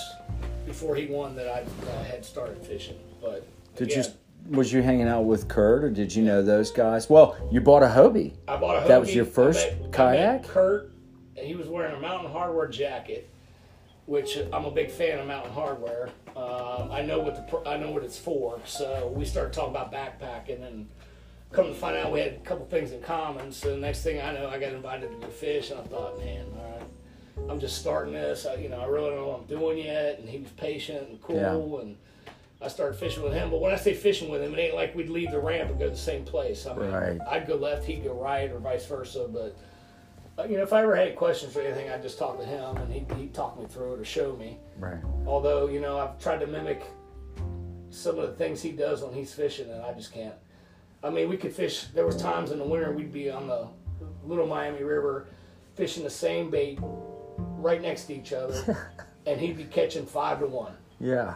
[SPEAKER 2] before he won that I uh, had started fishing. But
[SPEAKER 1] Did
[SPEAKER 2] again,
[SPEAKER 1] you was you hanging out with Kurt or did you know those guys? Well, you bought a Hobie.
[SPEAKER 2] I bought a
[SPEAKER 1] that was
[SPEAKER 2] Hobie.
[SPEAKER 1] your
[SPEAKER 2] I
[SPEAKER 1] first
[SPEAKER 2] met- I met
[SPEAKER 1] kayak?
[SPEAKER 2] Kurt, and he was wearing a Mountain Hardware jacket, which I'm a big fan of Mountain Hardware. Um, I know what the pr- I know what it's for, so we started talking about backpacking, and come to find out we had a couple things in common. So the next thing I know, I got invited to go fish, and I thought, man, all right, I'm just starting this. I, you know, I really don't know what I'm doing yet. And he was patient and cool,
[SPEAKER 1] Yeah.
[SPEAKER 2] and I started fishing with him. But when I say fishing with him, it ain't like we'd leave the ramp and go to the same place. I mean,
[SPEAKER 1] Right.
[SPEAKER 2] I'd go left, he'd go right, or vice versa. But uh, you know, if I ever had questions or anything, I'd just talk to him, and he'd, he'd talk me through it or show me.
[SPEAKER 1] Right.
[SPEAKER 2] Although you know, I've tried to mimic some of the things he does when he's fishing, and I just can't. I mean, we could fish. There was times in the winter we'd be on the Little Miami River fishing the same bait right next to each other, and he'd be catching five to one.
[SPEAKER 1] Yeah.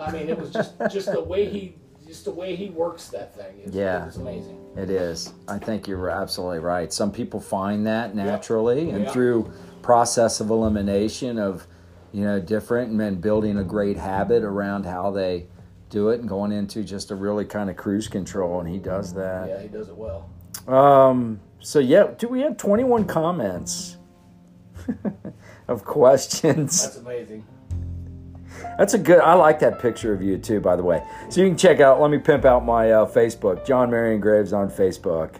[SPEAKER 2] I mean, it was just just the way he just the way he works that thing. It's,
[SPEAKER 1] Yeah.
[SPEAKER 2] it's amazing.
[SPEAKER 1] It is. I think you're absolutely right. Some people find that naturally and
[SPEAKER 2] Yeah.
[SPEAKER 1] through process of elimination of, you know, different and then building a great habit around how they do it and going into just a really kind of cruise control and he does that.
[SPEAKER 2] Yeah, he does it well.
[SPEAKER 1] Um so yeah, do we have 21 comments (laughs) of questions?
[SPEAKER 2] That's amazing.
[SPEAKER 1] That's a good. I like that picture of you too, by the way. So you can check out. Let me pimp out my uh, Facebook, John Marion Graves on Facebook.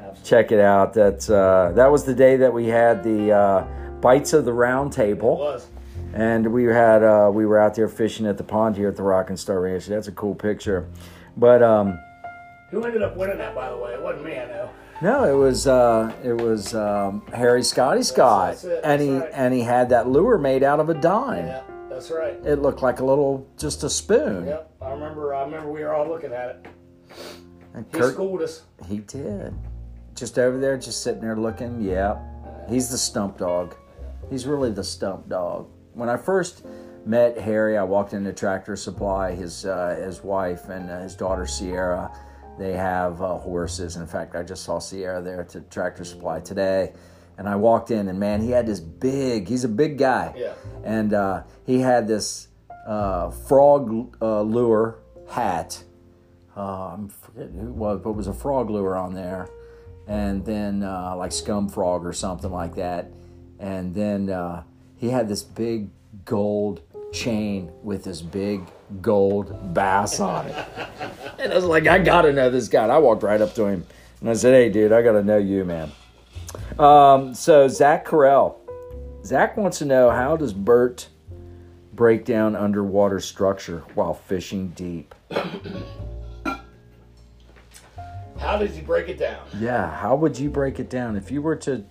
[SPEAKER 2] Absolutely.
[SPEAKER 1] Check it out. That's uh, that was the day that we had the uh, bites of the round
[SPEAKER 2] It
[SPEAKER 1] table,
[SPEAKER 2] was.
[SPEAKER 1] and we had uh, we were out there fishing at the pond here at the Rock and Star Ranch. That's a cool picture, but um,
[SPEAKER 2] Who ended up winning that, by the way? It wasn't me, I know.
[SPEAKER 1] no, it was uh, it was um, Harry Scotty Scott,
[SPEAKER 2] that's it,
[SPEAKER 1] and he
[SPEAKER 2] that's right.
[SPEAKER 1] and he had that lure made out of a dime.
[SPEAKER 2] Yeah, that's right.
[SPEAKER 1] It looked like a little just a spoon.
[SPEAKER 2] Yep, I remember. I remember we were all looking at it.
[SPEAKER 1] And
[SPEAKER 2] He
[SPEAKER 1] Kurt-
[SPEAKER 2] schooled us.
[SPEAKER 1] He did. Just over there, just sitting there looking. Yep. He's the stump dog. He's really the stump dog. When I first met Harry, I walked into Tractor Supply. His uh, his wife and uh, his daughter Sierra, they have uh, horses. In fact, I just saw Sierra there to Tractor Supply today, and I walked in and man, he had this big. He's a big guy.
[SPEAKER 2] Yeah.
[SPEAKER 1] And uh, he had this uh, frog uh, lure hat uh, I'm forgetting who it was, but it was a frog lure on there, and then uh, like scum frog or something like that, and then uh, he had this big gold chain with this big gold bass on it, (laughs) and I was like, I gotta know this guy. And I walked right up to him and I said, Hey, dude, I gotta know you, man. Um, so Zach Carell, Zach wants to know how does Bert
[SPEAKER 3] break down underwater structure while fishing deep.
[SPEAKER 2] How did you break it down?
[SPEAKER 3] Yeah, how would you break it down if you were to,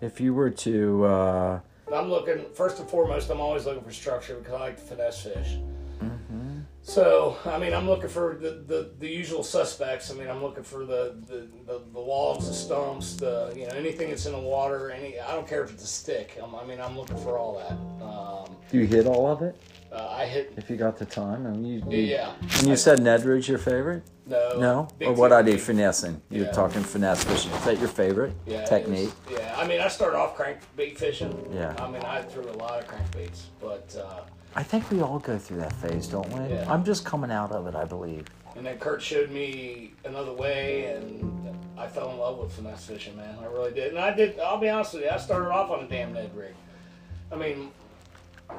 [SPEAKER 3] if you were to, uh,
[SPEAKER 2] I'm looking first and foremost. I'm always looking for structure because I like to finesse fish.
[SPEAKER 3] Mm-hmm.
[SPEAKER 2] So I mean, I'm looking for the, the, the usual suspects. I mean, I'm looking for the, the, the, the logs, the stumps, the you know anything that's in the water. Any I don't care if it's a stick. i I mean, I'm looking for all that. Um,
[SPEAKER 3] you hit all of it
[SPEAKER 2] uh, I hit.
[SPEAKER 3] if you got the time. And you, you,
[SPEAKER 2] Yeah.
[SPEAKER 3] And you said Nedrid's your favorite?
[SPEAKER 2] No.
[SPEAKER 3] No,
[SPEAKER 2] big
[SPEAKER 3] or what I do
[SPEAKER 2] technique.
[SPEAKER 3] finessing. You're
[SPEAKER 2] Yeah.
[SPEAKER 3] talking finesse fishing. Is that your favorite
[SPEAKER 2] Yeah, it
[SPEAKER 3] technique?
[SPEAKER 2] was- yeah, I mean, I started off crankbait fishing.
[SPEAKER 3] Yeah.
[SPEAKER 2] I mean, I threw a lot of crankbaits, but uh,
[SPEAKER 3] I think we all go through that phase, don't we?
[SPEAKER 2] Yeah.
[SPEAKER 3] I'm just coming out of it, I believe.
[SPEAKER 2] and then Kurt showed me another way, and I fell in love with finesse fishing, man. I really did, and I did. I'll be honest with you, I started off on a damn Ned rig. I mean,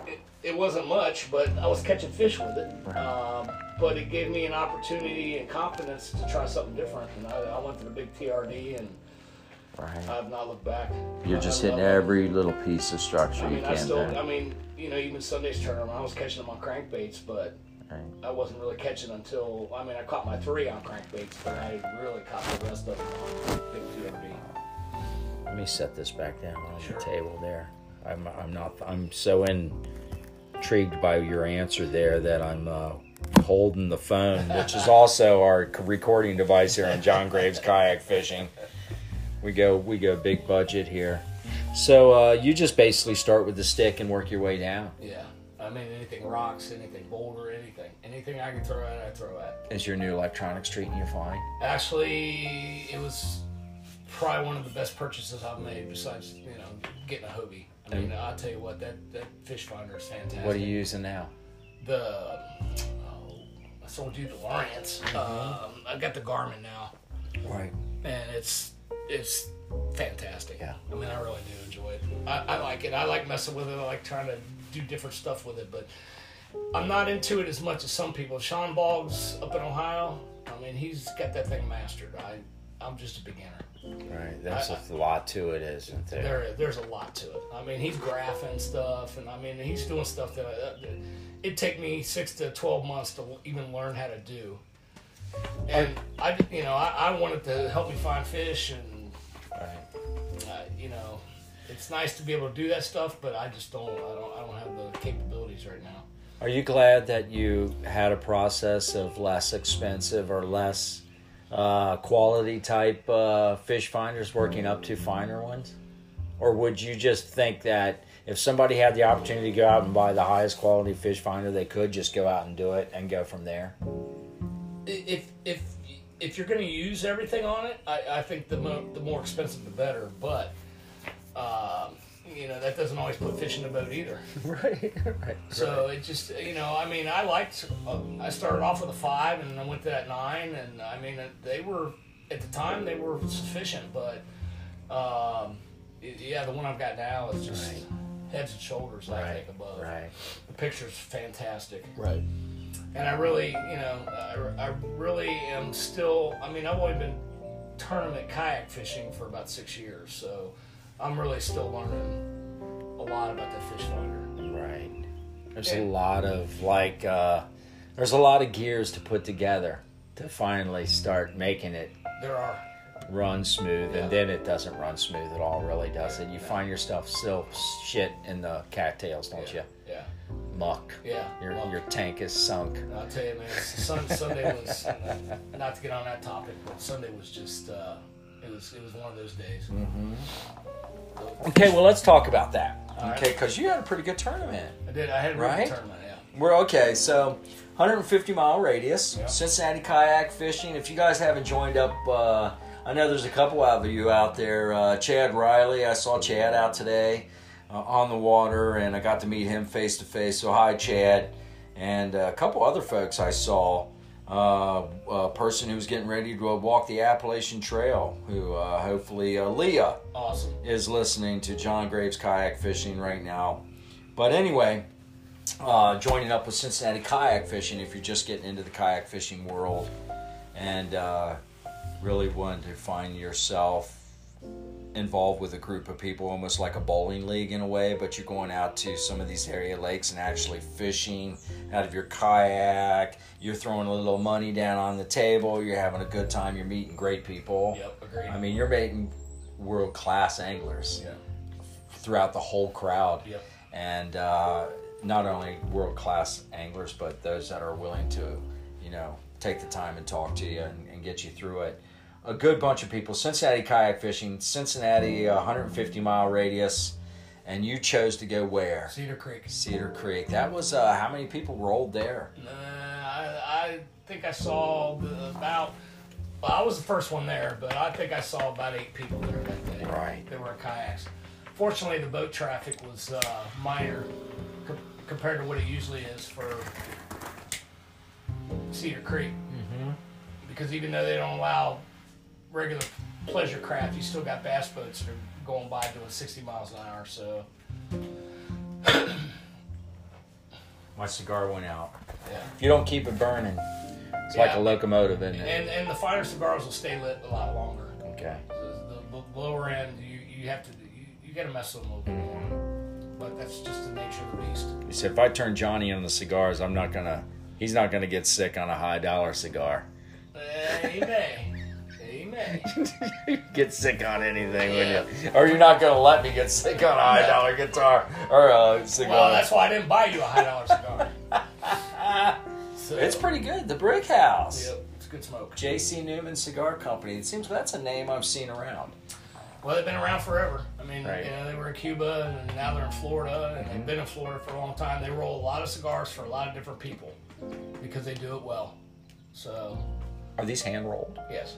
[SPEAKER 2] it, it wasn't much, but I was catching fish with it. Um, but it gave me an opportunity and confidence to try something different, and I, I went to the big TRD, and
[SPEAKER 3] Right.
[SPEAKER 2] I've not looked back.
[SPEAKER 3] You're
[SPEAKER 2] I-
[SPEAKER 3] just
[SPEAKER 2] Uh, I
[SPEAKER 3] hitting
[SPEAKER 2] love it.
[SPEAKER 3] every little piece of structure
[SPEAKER 2] I
[SPEAKER 3] you
[SPEAKER 2] mean, I
[SPEAKER 3] can
[SPEAKER 2] still, I
[SPEAKER 3] there.
[SPEAKER 2] mean, you know, even Sunday's tournament, I was catching them on crankbaits, but
[SPEAKER 3] Right.
[SPEAKER 2] I wasn't really catching until, I mean, I caught my three on crankbaits, but I really caught the rest of them on big TRD.
[SPEAKER 1] Let me set this back down on
[SPEAKER 2] Sure.
[SPEAKER 1] the table there. I'm, I'm not. I'm so intrigued by your answer there that I'm uh, holding the phone, which is also our c- recording device here on John Graves Kayak Fishing. We go. We go big budget here. So uh, you just basically start with the stick and work your way down.
[SPEAKER 2] Yeah. I mean, anything rocks, anything boulder, anything. Anything I can throw at, I throw at.
[SPEAKER 1] Is your new electronics treating you fine?
[SPEAKER 2] Actually, it was probably one of the best purchases I've made besides, you know, getting a Hobie. I mean, I'll tell you what, that, that fish finder is fantastic.
[SPEAKER 1] What are you using now?
[SPEAKER 2] the oh, I sold you the Lawrence. Um, I got the Garmin now,
[SPEAKER 1] Right.
[SPEAKER 2] and it's it's fantastic.
[SPEAKER 1] Yeah.
[SPEAKER 2] I mean, I really do enjoy it. I, I like it. I like messing with it. I like trying to do different stuff with it, but I'm not into it as much as some people. Sean Boggs up in Ohio. I mean, he's got that thing mastered. I I'm just a beginner.
[SPEAKER 1] Right. That's a lot to it, isn't there?
[SPEAKER 2] There, there's a lot to it. I mean, he's graphing stuff, and I mean, he's doing stuff that, I, that it'd take me six to twelve months to even learn how to do. And I, you know, I, I wanted to help me find fish, and
[SPEAKER 1] Right.
[SPEAKER 2] uh, you know, it's nice to be able to do that stuff, but I just don't, I don't, I don't have the capabilities right now.
[SPEAKER 1] Are you glad that you had a process of less expensive or less uh, quality type uh, fish finders working up to finer ones? Or would you just think that if somebody had the opportunity to go out and buy the highest quality fish finder, they could just go out and do it and go from there?
[SPEAKER 2] if if if you're going to use everything on it, I, I think the mo- the more expensive the better. But um, you know that doesn't always put fish in the boat either.
[SPEAKER 1] (laughs) Right, right.
[SPEAKER 2] So it just you know I mean I liked uh, I started off with a five and I went to that nine and I mean uh, they were at the time they were sufficient, but um, y- yeah the one I've got now is just
[SPEAKER 1] Right.
[SPEAKER 2] heads and shoulders I
[SPEAKER 1] Right,
[SPEAKER 2] think above.
[SPEAKER 1] right.
[SPEAKER 2] The picture's fantastic
[SPEAKER 1] Right.
[SPEAKER 2] and I really, you know, I, I really am still. I mean, I've only been tournament kayak fishing for about six years, so I'm really still learning a lot about that fish finder.
[SPEAKER 1] Right. There's a
[SPEAKER 2] Yeah.
[SPEAKER 1] lot of like uh there's a lot of gears to put together to finally start making it
[SPEAKER 2] There are,
[SPEAKER 1] run smooth
[SPEAKER 2] Yeah.
[SPEAKER 1] and then it doesn't run smooth at all really does it you find yourself still shit in the cattails don't
[SPEAKER 2] yeah, yeah,
[SPEAKER 1] you muck
[SPEAKER 2] yeah.
[SPEAKER 1] your,
[SPEAKER 2] Well,
[SPEAKER 1] your tank is sunk
[SPEAKER 2] I'll tell you, man. Sun, Sunday was (laughs) not to get on that topic, but Sunday was just. Uh, it was it was one of those days.
[SPEAKER 1] okay well let's talk about that
[SPEAKER 2] right.
[SPEAKER 1] okay because you had a pretty good tournament
[SPEAKER 2] I did. I had a really
[SPEAKER 1] Right?
[SPEAKER 2] good tournament. Yeah.
[SPEAKER 1] We're okay. So, 150 mile radius,
[SPEAKER 2] Yeah.
[SPEAKER 1] Cincinnati kayak fishing. If you guys haven't joined up, uh, I know there's a couple of you out there. Uh, Chad Riley, I saw Chad out today uh, on the water, and I got to meet him face to face. So, hi, Chad, and uh, a couple other folks I saw. Uh, a person who's getting ready to uh, walk the Appalachian Trail, who uh, hopefully uh, Leah
[SPEAKER 2] Awesome.
[SPEAKER 1] is listening to John Graves Kayak Fishing right now. But anyway, uh, joining up with Cincinnati Kayak Fishing if you're just getting into the kayak fishing world and uh, really wanting to find yourself involved with a group of people, almost like a bowling league in a way, but you're going out to some of these area lakes and actually fishing out of your kayak. You're throwing a little money down on the table. You're having a good time. You're meeting great people.
[SPEAKER 2] Yep, agreed.
[SPEAKER 1] I mean, you're meeting world class anglers
[SPEAKER 2] yeah,
[SPEAKER 1] throughout the whole crowd.
[SPEAKER 2] Yep.
[SPEAKER 1] And uh, not only world class anglers, but those that are willing to, you know, take the time and talk to you and, and get you through it. A good bunch of people. Cincinnati kayak fishing, Cincinnati, a 150 mile radius, and you chose to go where?
[SPEAKER 2] Cedar Creek.
[SPEAKER 1] Cedar Creek. That was uh, how many people rolled there?
[SPEAKER 2] Nah, I, I think I saw the, about. Well, I was the first one there, but I think I saw about eight people there that day.
[SPEAKER 1] Right.
[SPEAKER 2] They were in kayaks. Fortunately, the boat traffic was uh, minor co- compared to what it usually is for Cedar Creek. Mm-hmm. Because even though they don't allow regular pleasure craft, you still got bass boats that are going by doing 60 miles an hour. So,
[SPEAKER 1] My cigar went out.
[SPEAKER 2] yeah.
[SPEAKER 1] If you don't keep it burning, it's like
[SPEAKER 2] Yeah.
[SPEAKER 1] a locomotive, isn't it?
[SPEAKER 2] And, and the finer cigars will stay lit a lot longer.
[SPEAKER 1] Okay.
[SPEAKER 2] the, the lower end, you, you have to you, you got to mess with them a little bit more. But that's just the nature of the beast.
[SPEAKER 1] He said, if I turn Johnny on the cigars, I'm not gonna. He's not gonna get sick on a high dollar cigar. (laughs)
[SPEAKER 2] Eh, He may, he may.
[SPEAKER 1] get sick on anything, would you? Or you're not gonna let me get sick on a high dollar guitar or a cigar.
[SPEAKER 2] Well, that's why I didn't buy you a high dollar cigar.
[SPEAKER 1] (laughs)
[SPEAKER 2] So,
[SPEAKER 1] it's pretty good. The Brick House,
[SPEAKER 2] Yep, it's good smoke.
[SPEAKER 1] J.C. Newman Cigar Company. It seems that's a name I've seen around.
[SPEAKER 2] Well, they've been around forever. I mean,
[SPEAKER 1] Right. Mm-hmm.
[SPEAKER 2] you know, they were in Cuba and now they're in Florida, and they've been in Florida for a long time. They roll a lot of cigars for a lot of different people because they do it well. So,
[SPEAKER 1] Are these hand rolled?
[SPEAKER 2] yes,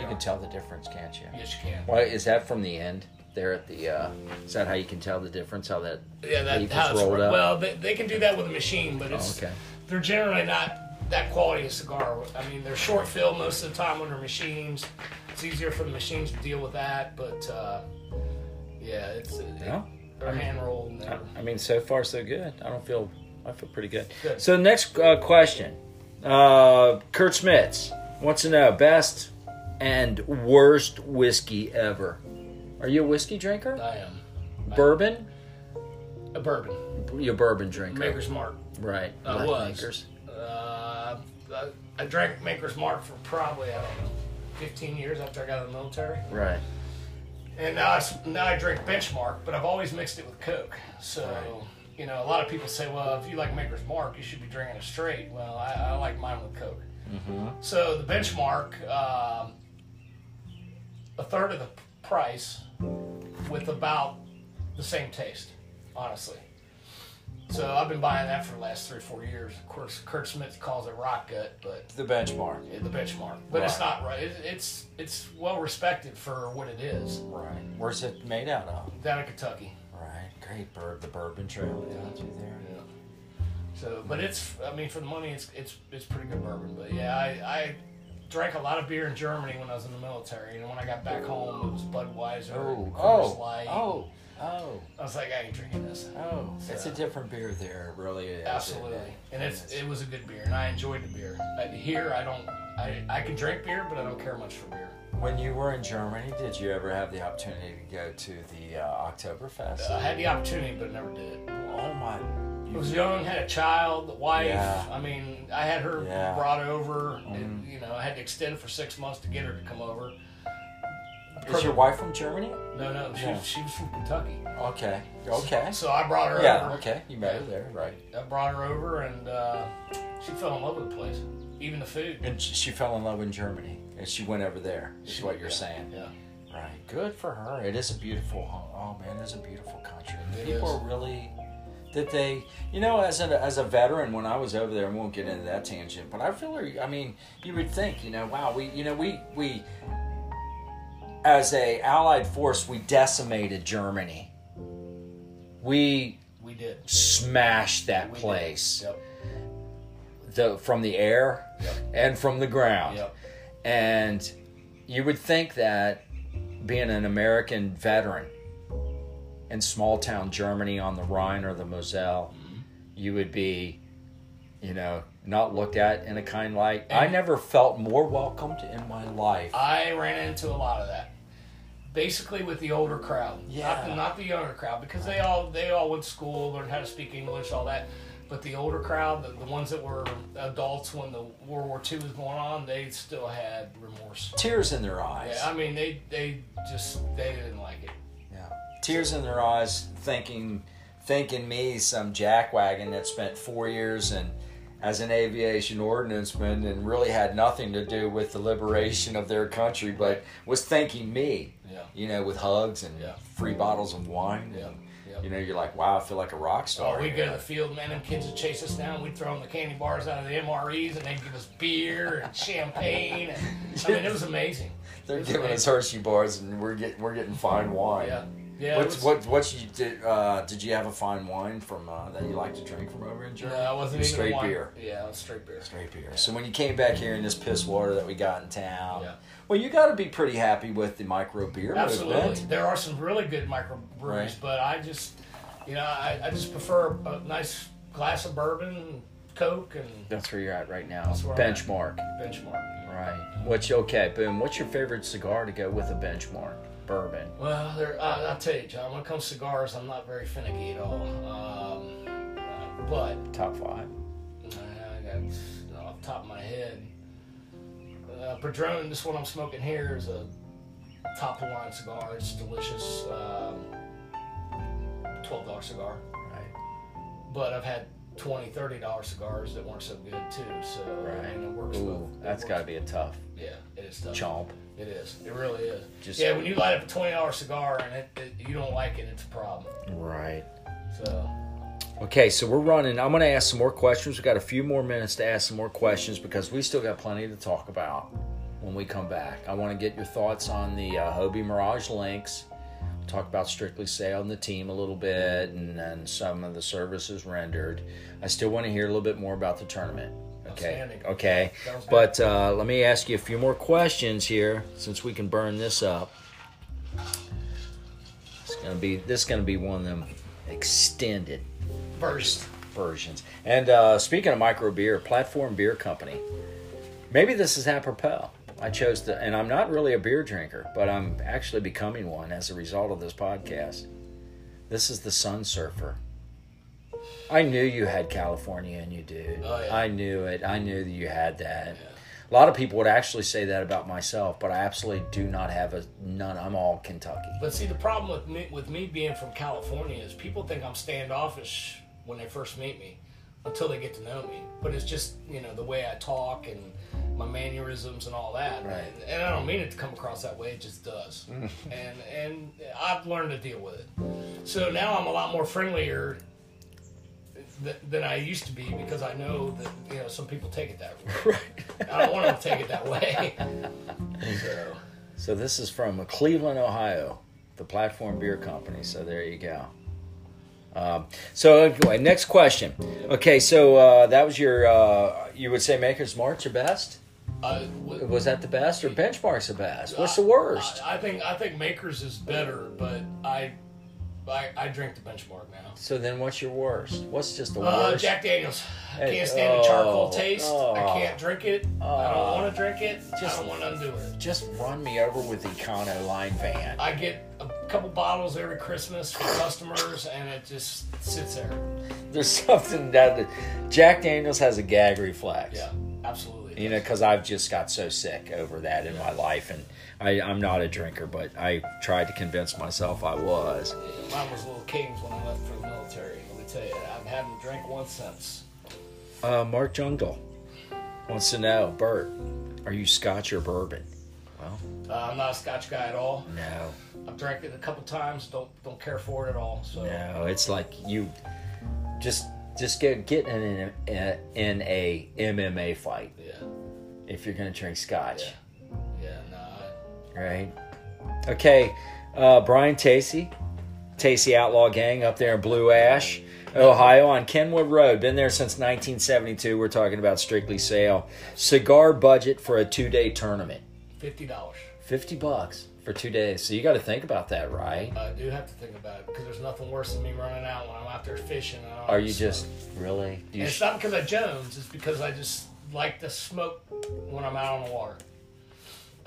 [SPEAKER 1] You can tell the difference, can't you?
[SPEAKER 2] yes, you can.
[SPEAKER 1] Why is that from the end? There at the. Uh, is that how you can tell the difference? How that?
[SPEAKER 2] Yeah, that
[SPEAKER 1] leaf
[SPEAKER 2] how
[SPEAKER 1] is
[SPEAKER 2] it's
[SPEAKER 1] rolled up?
[SPEAKER 2] well, they, they can do that with a machine, but it's
[SPEAKER 1] Oh, okay.
[SPEAKER 2] they're generally not that quality of cigar. I mean, they're short fill most of the time under machines. It's easier for the machines to deal with that, but uh, yeah, it's it,
[SPEAKER 1] Yeah.
[SPEAKER 2] they're hand rolled. And they're,
[SPEAKER 1] I mean, so far so good. I don't feel. I feel pretty good.
[SPEAKER 2] Good.
[SPEAKER 1] So next uh, question, uh, Kurt Schmitz wants to know best and worst whiskey ever. Are you a whiskey drinker?
[SPEAKER 2] I am
[SPEAKER 1] Bourbon?
[SPEAKER 2] a bourbon
[SPEAKER 1] You're a bourbon drinker,
[SPEAKER 2] Maker's Mark.
[SPEAKER 1] right?
[SPEAKER 2] I
[SPEAKER 1] Like
[SPEAKER 2] was.
[SPEAKER 1] Makers.
[SPEAKER 2] Uh, I, I drank Maker's Mark for probably I don't know, 15 years after I got out of the military.
[SPEAKER 1] Right.
[SPEAKER 2] And now I, s- now I drink Benchmark, but I've always mixed it with Coke. So, you know, a lot of people say, well, if you like Maker's Mark, you should be drinking it straight. Well, I, I like mine with Coke. So the Benchmark, um, a third of the price with about the same taste, honestly. So I've been buying that for the last three or four years. Of course, Kurt Smith calls it rock gut, but
[SPEAKER 1] The benchmark.
[SPEAKER 2] yeah, the Benchmark. But it's
[SPEAKER 1] Right.
[SPEAKER 2] not right. It, it's it's well respected for what it is.
[SPEAKER 1] Right. Where's it made out of?
[SPEAKER 2] Down in Kentucky.
[SPEAKER 1] Right. Great. Bur- the bourbon trail down through there.
[SPEAKER 2] Yeah. So, but it's I mean for the money it's it's it's pretty good bourbon. But yeah, I I drank a lot of beer in Germany when I was in the military, and when I got back home it was Budweiser,
[SPEAKER 1] Oh.
[SPEAKER 2] and Coors
[SPEAKER 1] Oh.
[SPEAKER 2] Light.
[SPEAKER 1] Oh. Oh.
[SPEAKER 2] I was like, I ain't drinking this.
[SPEAKER 1] Oh. It's a different beer there. It really is.
[SPEAKER 2] Absolutely, and it's it was a good beer, and I enjoyed the beer. But here I don't I I can drink beer, but I don't care much for beer.
[SPEAKER 1] When you were in Germany, did you ever have the opportunity to go to the uh, Oktoberfest?
[SPEAKER 2] I had the opportunity, but never did.
[SPEAKER 1] oh my!
[SPEAKER 2] I was young, had a child, wife.
[SPEAKER 1] Yeah.
[SPEAKER 2] I mean, I had her
[SPEAKER 1] Yeah. Mm-hmm.
[SPEAKER 2] brought over. and, you know, I had to extend it for six months to get her to come over.
[SPEAKER 1] Is your wife from Germany?
[SPEAKER 2] No, no, she,
[SPEAKER 1] Yeah.
[SPEAKER 2] she was from Kentucky.
[SPEAKER 1] Okay. Okay.
[SPEAKER 2] So I brought her
[SPEAKER 1] Yeah.
[SPEAKER 2] over.
[SPEAKER 1] Okay. You met her there, right?
[SPEAKER 2] I brought her over, and uh, she fell in love with the place, even the food.
[SPEAKER 1] And sh- she fell in love in Germany, and she went over there. Is what you're
[SPEAKER 2] Yeah,
[SPEAKER 1] saying,
[SPEAKER 2] Yeah.
[SPEAKER 1] right? Good for her. It is a beautiful. home. Oh man, it's a beautiful country.
[SPEAKER 2] It
[SPEAKER 1] People
[SPEAKER 2] is.
[SPEAKER 1] are really. That they, you know, as a as a veteran, when I was over there, and we won't get into that tangent, but I feel, like- I mean, you would think, you know, wow, we, you know, we we as a allied force we decimated germany we
[SPEAKER 2] We did.
[SPEAKER 1] smashed that
[SPEAKER 2] We did.
[SPEAKER 1] place
[SPEAKER 2] Yep.
[SPEAKER 1] the from the air and from the ground
[SPEAKER 2] Yep.
[SPEAKER 1] and you would think that being an american veteran in small town germany on the rhine or the moselle you would be you know not looked at in a kind light i never felt more welcomed in my life
[SPEAKER 2] I ran into a lot of that. basically with the older crowd, not the,
[SPEAKER 1] Yeah.
[SPEAKER 2] not the younger crowd, because they all they all went to school, learned how to speak English, all that. But the older crowd, the, the ones that were adults when the World War II was going on, they still had remorse.
[SPEAKER 1] Tears in their eyes.
[SPEAKER 2] Yeah, I mean they they just they didn't like it.
[SPEAKER 1] Yeah. Tears in their eyes, thinking, thinking me some jackwagon that spent four years in as an aviation ordnanceman and really had nothing to do with the liberation of their country, but was thanking me.
[SPEAKER 2] Yeah.
[SPEAKER 1] You know, with hugs and
[SPEAKER 2] Yeah.
[SPEAKER 1] free bottles of wine.
[SPEAKER 2] Yeah, yeah.
[SPEAKER 1] You know, you're like, wow, I feel like a rock star.
[SPEAKER 2] Oh, we'd
[SPEAKER 1] here.
[SPEAKER 2] go to the field, man. Them kids would chase us down. We'd throw them the candy bars out of the MREs, and they'd give us beer and champagne. And, I mean, it was amazing.
[SPEAKER 1] They're
[SPEAKER 2] It was
[SPEAKER 1] giving us
[SPEAKER 2] amazing.
[SPEAKER 1] Hershey bars, and we're getting we're getting fine wine.
[SPEAKER 2] Yeah, yeah. it
[SPEAKER 1] What's
[SPEAKER 2] was-
[SPEAKER 1] what what you did? Uh, did you have a fine wine from uh, that you like to drink from over in
[SPEAKER 2] No,
[SPEAKER 1] Germany?
[SPEAKER 2] I wasn't even
[SPEAKER 1] straight
[SPEAKER 2] one.
[SPEAKER 1] beer.
[SPEAKER 2] Yeah, it was straight beer.
[SPEAKER 1] Straight beer. So when you came back here in this piss water that we got in town,
[SPEAKER 2] Yeah.
[SPEAKER 1] well, you got to be pretty happy with the micro beer
[SPEAKER 2] Absolutely,
[SPEAKER 1] movement.
[SPEAKER 2] there are some really good microbreweries,
[SPEAKER 1] Right.
[SPEAKER 2] but I just, you know, I, I just prefer a nice glass of bourbon, Coke, and
[SPEAKER 1] That's where you're at right now.
[SPEAKER 2] where I'm at.
[SPEAKER 1] Benchmark.
[SPEAKER 2] Benchmark.
[SPEAKER 1] Right. What's your, okay, boom. What's your favorite cigar to go with a benchmark? Bourbon.
[SPEAKER 2] Well, there, I, I'll tell you, John. When it comes to cigars, I'm not very finicky at all. Um, uh, but
[SPEAKER 1] Top five.
[SPEAKER 2] I got off the top of my head. Uh, Padron, this one I'm smoking here is a top of the line cigar. It's delicious. Um, Twelve dollar cigar,
[SPEAKER 1] Right.
[SPEAKER 2] but I've had 20 30 dollar cigars that weren't so good too. So I mean, it works.
[SPEAKER 1] Ooh,
[SPEAKER 2] both- it
[SPEAKER 1] that's
[SPEAKER 2] works-
[SPEAKER 1] got to be a tough
[SPEAKER 2] Yeah, it is tough.
[SPEAKER 1] chomp.
[SPEAKER 2] It is. It really is.
[SPEAKER 1] Just-
[SPEAKER 2] yeah, when you light up a 20 dollar cigar and it, it, you don't like it, it's a problem.
[SPEAKER 1] Right.
[SPEAKER 2] So
[SPEAKER 1] Okay, so we're running. I'm going to ask some more questions. We've got a few more minutes to ask some more questions because we still got plenty to talk about when we come back. I want to get your thoughts on the uh, Hobie Mirage links. Talk about strictly sale and the team a little bit, and then some of the services rendered. I still want to hear a little bit more about the tournament. Okay.
[SPEAKER 2] Outstanding.
[SPEAKER 1] Okay.
[SPEAKER 2] Sounds good.
[SPEAKER 1] But uh, let me ask you a few more questions here, since we can burn this up. It's gonna be this is gonna be one of them extended
[SPEAKER 2] first,
[SPEAKER 1] versions. And uh, speaking of micro beer, Platform Beer Company. Maybe this is apropos. I chose to, and I'm not really a beer drinker, but I'm actually becoming one as a result of this podcast. This is the Sun Surfer. I knew you had California in you, dude.
[SPEAKER 2] Oh, yeah.
[SPEAKER 1] I knew it. I knew that you had that. A lot of people would actually say that about myself, but I absolutely do not have a none. I'm all Kentucky.
[SPEAKER 2] But see, the problem with me with me being from California is people think I'm standoffish when they first meet me, until they get to know me. But it's just you know the way I talk and my mannerisms and all that.
[SPEAKER 1] Right.
[SPEAKER 2] And, and I don't mean it to come across that way; it just does. and and I've learned to deal with it. So now I'm a lot more friendlier th- than I used to be because I know that you know some people take it that way. Right. I don't want them to take it that way. so
[SPEAKER 1] So this is from Cleveland, Ohio, the Platform Beer Company. So there you go. Um, so anyway, next question. Okay, so uh, that was your. Uh, you would say Maker's March your best.
[SPEAKER 2] I, uh, w-
[SPEAKER 1] Was that the best or Benchmark's the best? What's the worst?
[SPEAKER 2] I, I think I think Makers is better, but I I, I drink the Benchmark now.
[SPEAKER 1] So then, what's your worst? What's just the
[SPEAKER 2] Uh,
[SPEAKER 1] worst?
[SPEAKER 2] Jack Daniels. I
[SPEAKER 1] Hey,
[SPEAKER 2] can't stand the
[SPEAKER 1] oh,
[SPEAKER 2] charcoal taste.
[SPEAKER 1] oh,
[SPEAKER 2] I can't drink it. I
[SPEAKER 1] oh.
[SPEAKER 2] don't want to drink it. I
[SPEAKER 1] Just-
[SPEAKER 2] don't want to do it.
[SPEAKER 1] Just run me over with the Econo line van.
[SPEAKER 2] I get a couple bottles every Christmas for customers, and it just sits there.
[SPEAKER 1] There's (laughs) something that Jack Daniels has a gag reflex.
[SPEAKER 2] Yeah, absolutely.
[SPEAKER 1] you know because i've just got so sick over that in my life and I, i'm not a drinker but i tried to convince myself i was
[SPEAKER 2] Mine was Little Kings when I left for the military. Let me tell you, I haven't drank one since.
[SPEAKER 1] uh, mark jungle wants to know bert are you scotch or bourbon well
[SPEAKER 2] Uh, I'm not a Scotch guy at all.
[SPEAKER 1] no
[SPEAKER 2] I've drank it a couple times. Don't don't care for it at all. So
[SPEAKER 1] no it's like you just just get get in a, in a mma fight
[SPEAKER 2] yeah.
[SPEAKER 1] if you're gonna drink scotch
[SPEAKER 2] Yeah, no. I-
[SPEAKER 1] Right. Okay. Uh, Brian Tacey, Tacey Outlaw Gang up there in Blue Ash, Ohio on Kenwood Road. Been there since 1972. We're talking about strictly sale. Cigar budget for a two day tournament
[SPEAKER 2] Fifty dollars.
[SPEAKER 1] 50 bucks for two days. So you got to think about that, right?
[SPEAKER 2] I do have to think about it because there's nothing worse than me running out when I'm out there fishing. And I don't
[SPEAKER 1] Are you
[SPEAKER 2] smoke.
[SPEAKER 1] just really? Do
[SPEAKER 2] And
[SPEAKER 1] you
[SPEAKER 2] it's not because I Jones. It's because I just like to smoke when I'm out on the water.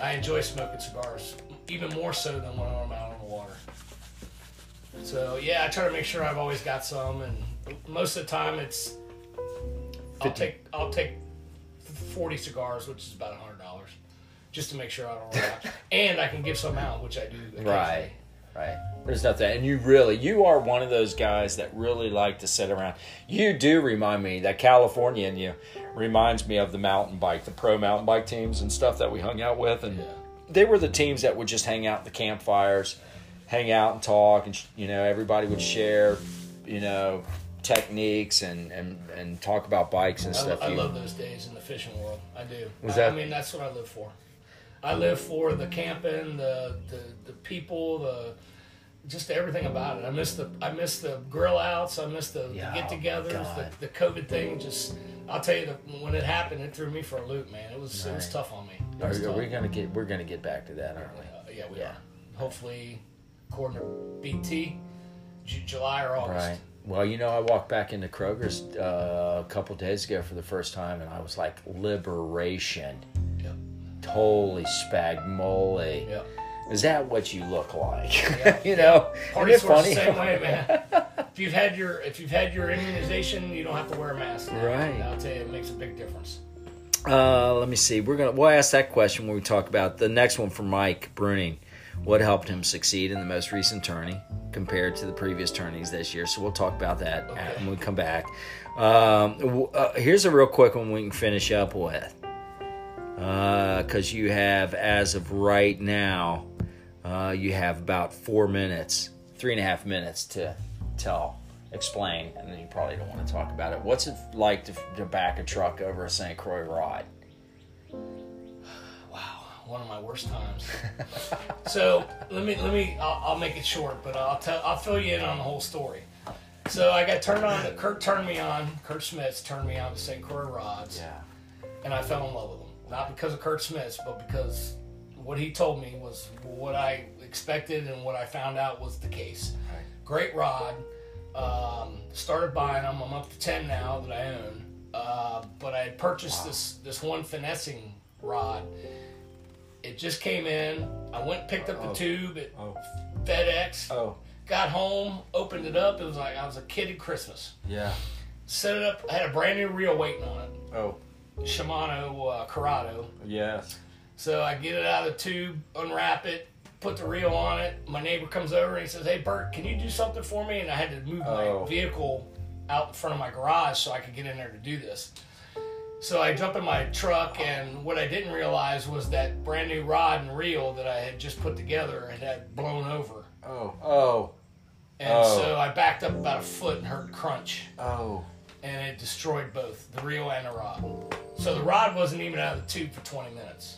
[SPEAKER 2] I enjoy smoking cigars even more so than when I'm out on the water. So yeah, I try to make sure I've always got some, and most of the time it's I'll take I'll take forty cigars, which is about hundred dollars, just to make sure I don't run
[SPEAKER 1] (laughs)
[SPEAKER 2] out, and I can give some out, which I do. occasionally.
[SPEAKER 1] Right. Right. There's nothing. And you really, you are one of those guys that really like to sit around. You do remind me that California in you reminds me of the mountain bike, the pro mountain bike teams and stuff that we hung out with. And they were the teams that would just hang out at the campfires, hang out and talk. And, sh- you know, everybody would share, you know, techniques and, and, and talk about bikes and
[SPEAKER 2] I,
[SPEAKER 1] stuff.
[SPEAKER 2] I
[SPEAKER 1] You-
[SPEAKER 2] love those days in the fishing world. I do.
[SPEAKER 1] Was
[SPEAKER 2] I-
[SPEAKER 1] that-
[SPEAKER 2] I mean, that's what I live for. I live for the camping, the the, the people, the just everything about it. I miss the I miss the grill outs. I miss the,
[SPEAKER 1] Yeah, oh
[SPEAKER 2] the get-togethers.
[SPEAKER 1] God.
[SPEAKER 2] The, the COVID thing just. I'll tell you, the, when it happened, it threw me for a loop, man. It was it was
[SPEAKER 1] Right.
[SPEAKER 2] tough on me. It
[SPEAKER 1] Are,
[SPEAKER 2] was
[SPEAKER 1] are
[SPEAKER 2] tough.
[SPEAKER 1] we gonna get? We're gonna get back to that, aren't we?
[SPEAKER 2] Uh, yeah, we
[SPEAKER 1] Yeah.
[SPEAKER 2] are. Hopefully, according to BT, Ju- July or August.
[SPEAKER 1] Right. Well, you know, I walked back into Kroger's uh, a couple days ago for the first time, and I was like, liberation.
[SPEAKER 2] Yep.
[SPEAKER 1] Holy spagmole.
[SPEAKER 2] Yep.
[SPEAKER 1] Is that what you look like?
[SPEAKER 2] Yeah.
[SPEAKER 1] (laughs) you know, isn't
[SPEAKER 2] Party
[SPEAKER 1] it
[SPEAKER 2] source
[SPEAKER 1] funny?
[SPEAKER 2] the same way, man.
[SPEAKER 1] (laughs)
[SPEAKER 2] if you've had your if you've had your immunization, you don't have to wear a mask. now.
[SPEAKER 1] Right.
[SPEAKER 2] And I'll tell you, it makes a big difference.
[SPEAKER 1] Uh, let me see. We're gonna we'll ask that question when we talk about the next one for Mike Bruning. What helped him succeed in the most recent tourney compared to the previous tourneys this year? So we'll talk about that at- when we come back. Um, w- uh, here's a real quick one we can finish up with because you have, as of right now, uh, you have about four minutes, three and a half minutes to tell, explain, and then you probably don't want to talk about it. What's it like to, to back a truck over a St. Croix rod?
[SPEAKER 2] One of my worst times. so let me let me I'll, I'll make it short, but I'll tell I'll fill you in on the whole story. So I got turned on. Kurt turned me on. Kurt Smith's turned me on to St. Croix rods. and I fell in love with him. Not because of Kurt Smith, but because what he told me was what I expected and what I found out was the case. Great rod. Um, started buying them. I'm up to ten now that I own. Uh, but I had purchased this this one finessing rod. It just came in. I went and picked up the tube at
[SPEAKER 4] Oh,
[SPEAKER 2] FedEx.
[SPEAKER 4] oh,
[SPEAKER 2] Got home, opened it up. It was like I was a kid at Christmas.
[SPEAKER 4] yeah,
[SPEAKER 2] Set it up. I had a brand new reel waiting on it.
[SPEAKER 4] oh,
[SPEAKER 2] Shimano uh, Corrado.
[SPEAKER 4] yes.
[SPEAKER 2] So I get it out of the tube, unwrap it, put the reel on it. My neighbor comes over and he says, "Hey Bert, can you do something for me?" And I had to move
[SPEAKER 4] Oh.
[SPEAKER 2] my vehicle out in front of my garage so I could get in there to do this. So I jump in my truck, and what I didn't realize was that brand new rod and reel that I had just put together had, had blown over,
[SPEAKER 4] Oh, oh,
[SPEAKER 2] and
[SPEAKER 4] Oh.
[SPEAKER 2] so I backed up about a foot and heard crunch
[SPEAKER 4] oh.
[SPEAKER 2] and it destroyed both the reel and the rod. So the rod wasn't even out of the tube for 20 minutes.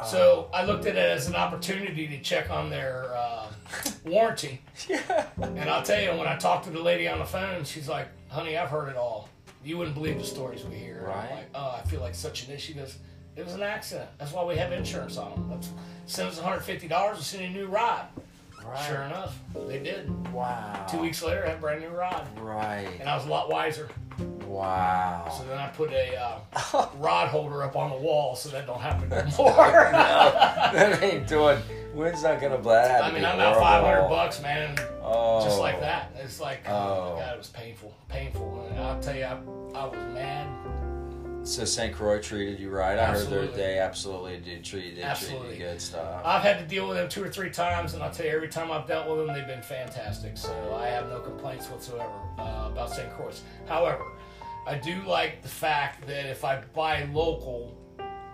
[SPEAKER 4] Oh.
[SPEAKER 2] So I looked at it as an opportunity to check on their uh,
[SPEAKER 4] (laughs)
[SPEAKER 2] warranty. And I'll tell you, when I talked to the lady on the phone, she's like, "Honey, I've heard it all. You wouldn't believe the stories we hear." And I'm
[SPEAKER 4] Right.
[SPEAKER 2] like, "Oh, I feel like such an issue." She Goes, "It was an accident. That's why we have insurance on them. That's, send us 150 dollars and send you a new rod."
[SPEAKER 4] Right.
[SPEAKER 2] Sure enough, they did.
[SPEAKER 4] Wow.
[SPEAKER 2] Two weeks later, I had a brand new rod,
[SPEAKER 4] Right.
[SPEAKER 2] and I was a lot wiser.
[SPEAKER 4] Wow.
[SPEAKER 2] (laughs)
[SPEAKER 4] (laughs)
[SPEAKER 2] So then I put a uh, rod holder up on the wall so that don't happen anymore.
[SPEAKER 4] that ain't doing. Wind's not gonna blast.
[SPEAKER 2] I mean, I'm out 500 bucks, man, and
[SPEAKER 4] Oh.
[SPEAKER 2] just like that. It's like, oh,
[SPEAKER 4] Oh.
[SPEAKER 2] my God, it was painful, painful. And I'll tell you, I, I was mad.
[SPEAKER 4] So St. Croix treated you right. I heard
[SPEAKER 2] Absolutely.
[SPEAKER 4] their they absolutely did treat they
[SPEAKER 2] Absolutely. Uh,
[SPEAKER 4] treated you good stuff.
[SPEAKER 2] I've had to deal with them two or three times, and I'll tell you, every time I've dealt with them, they've been fantastic. So I have no complaints whatsoever uh, about St. Croix. However, I do like the fact that if I buy local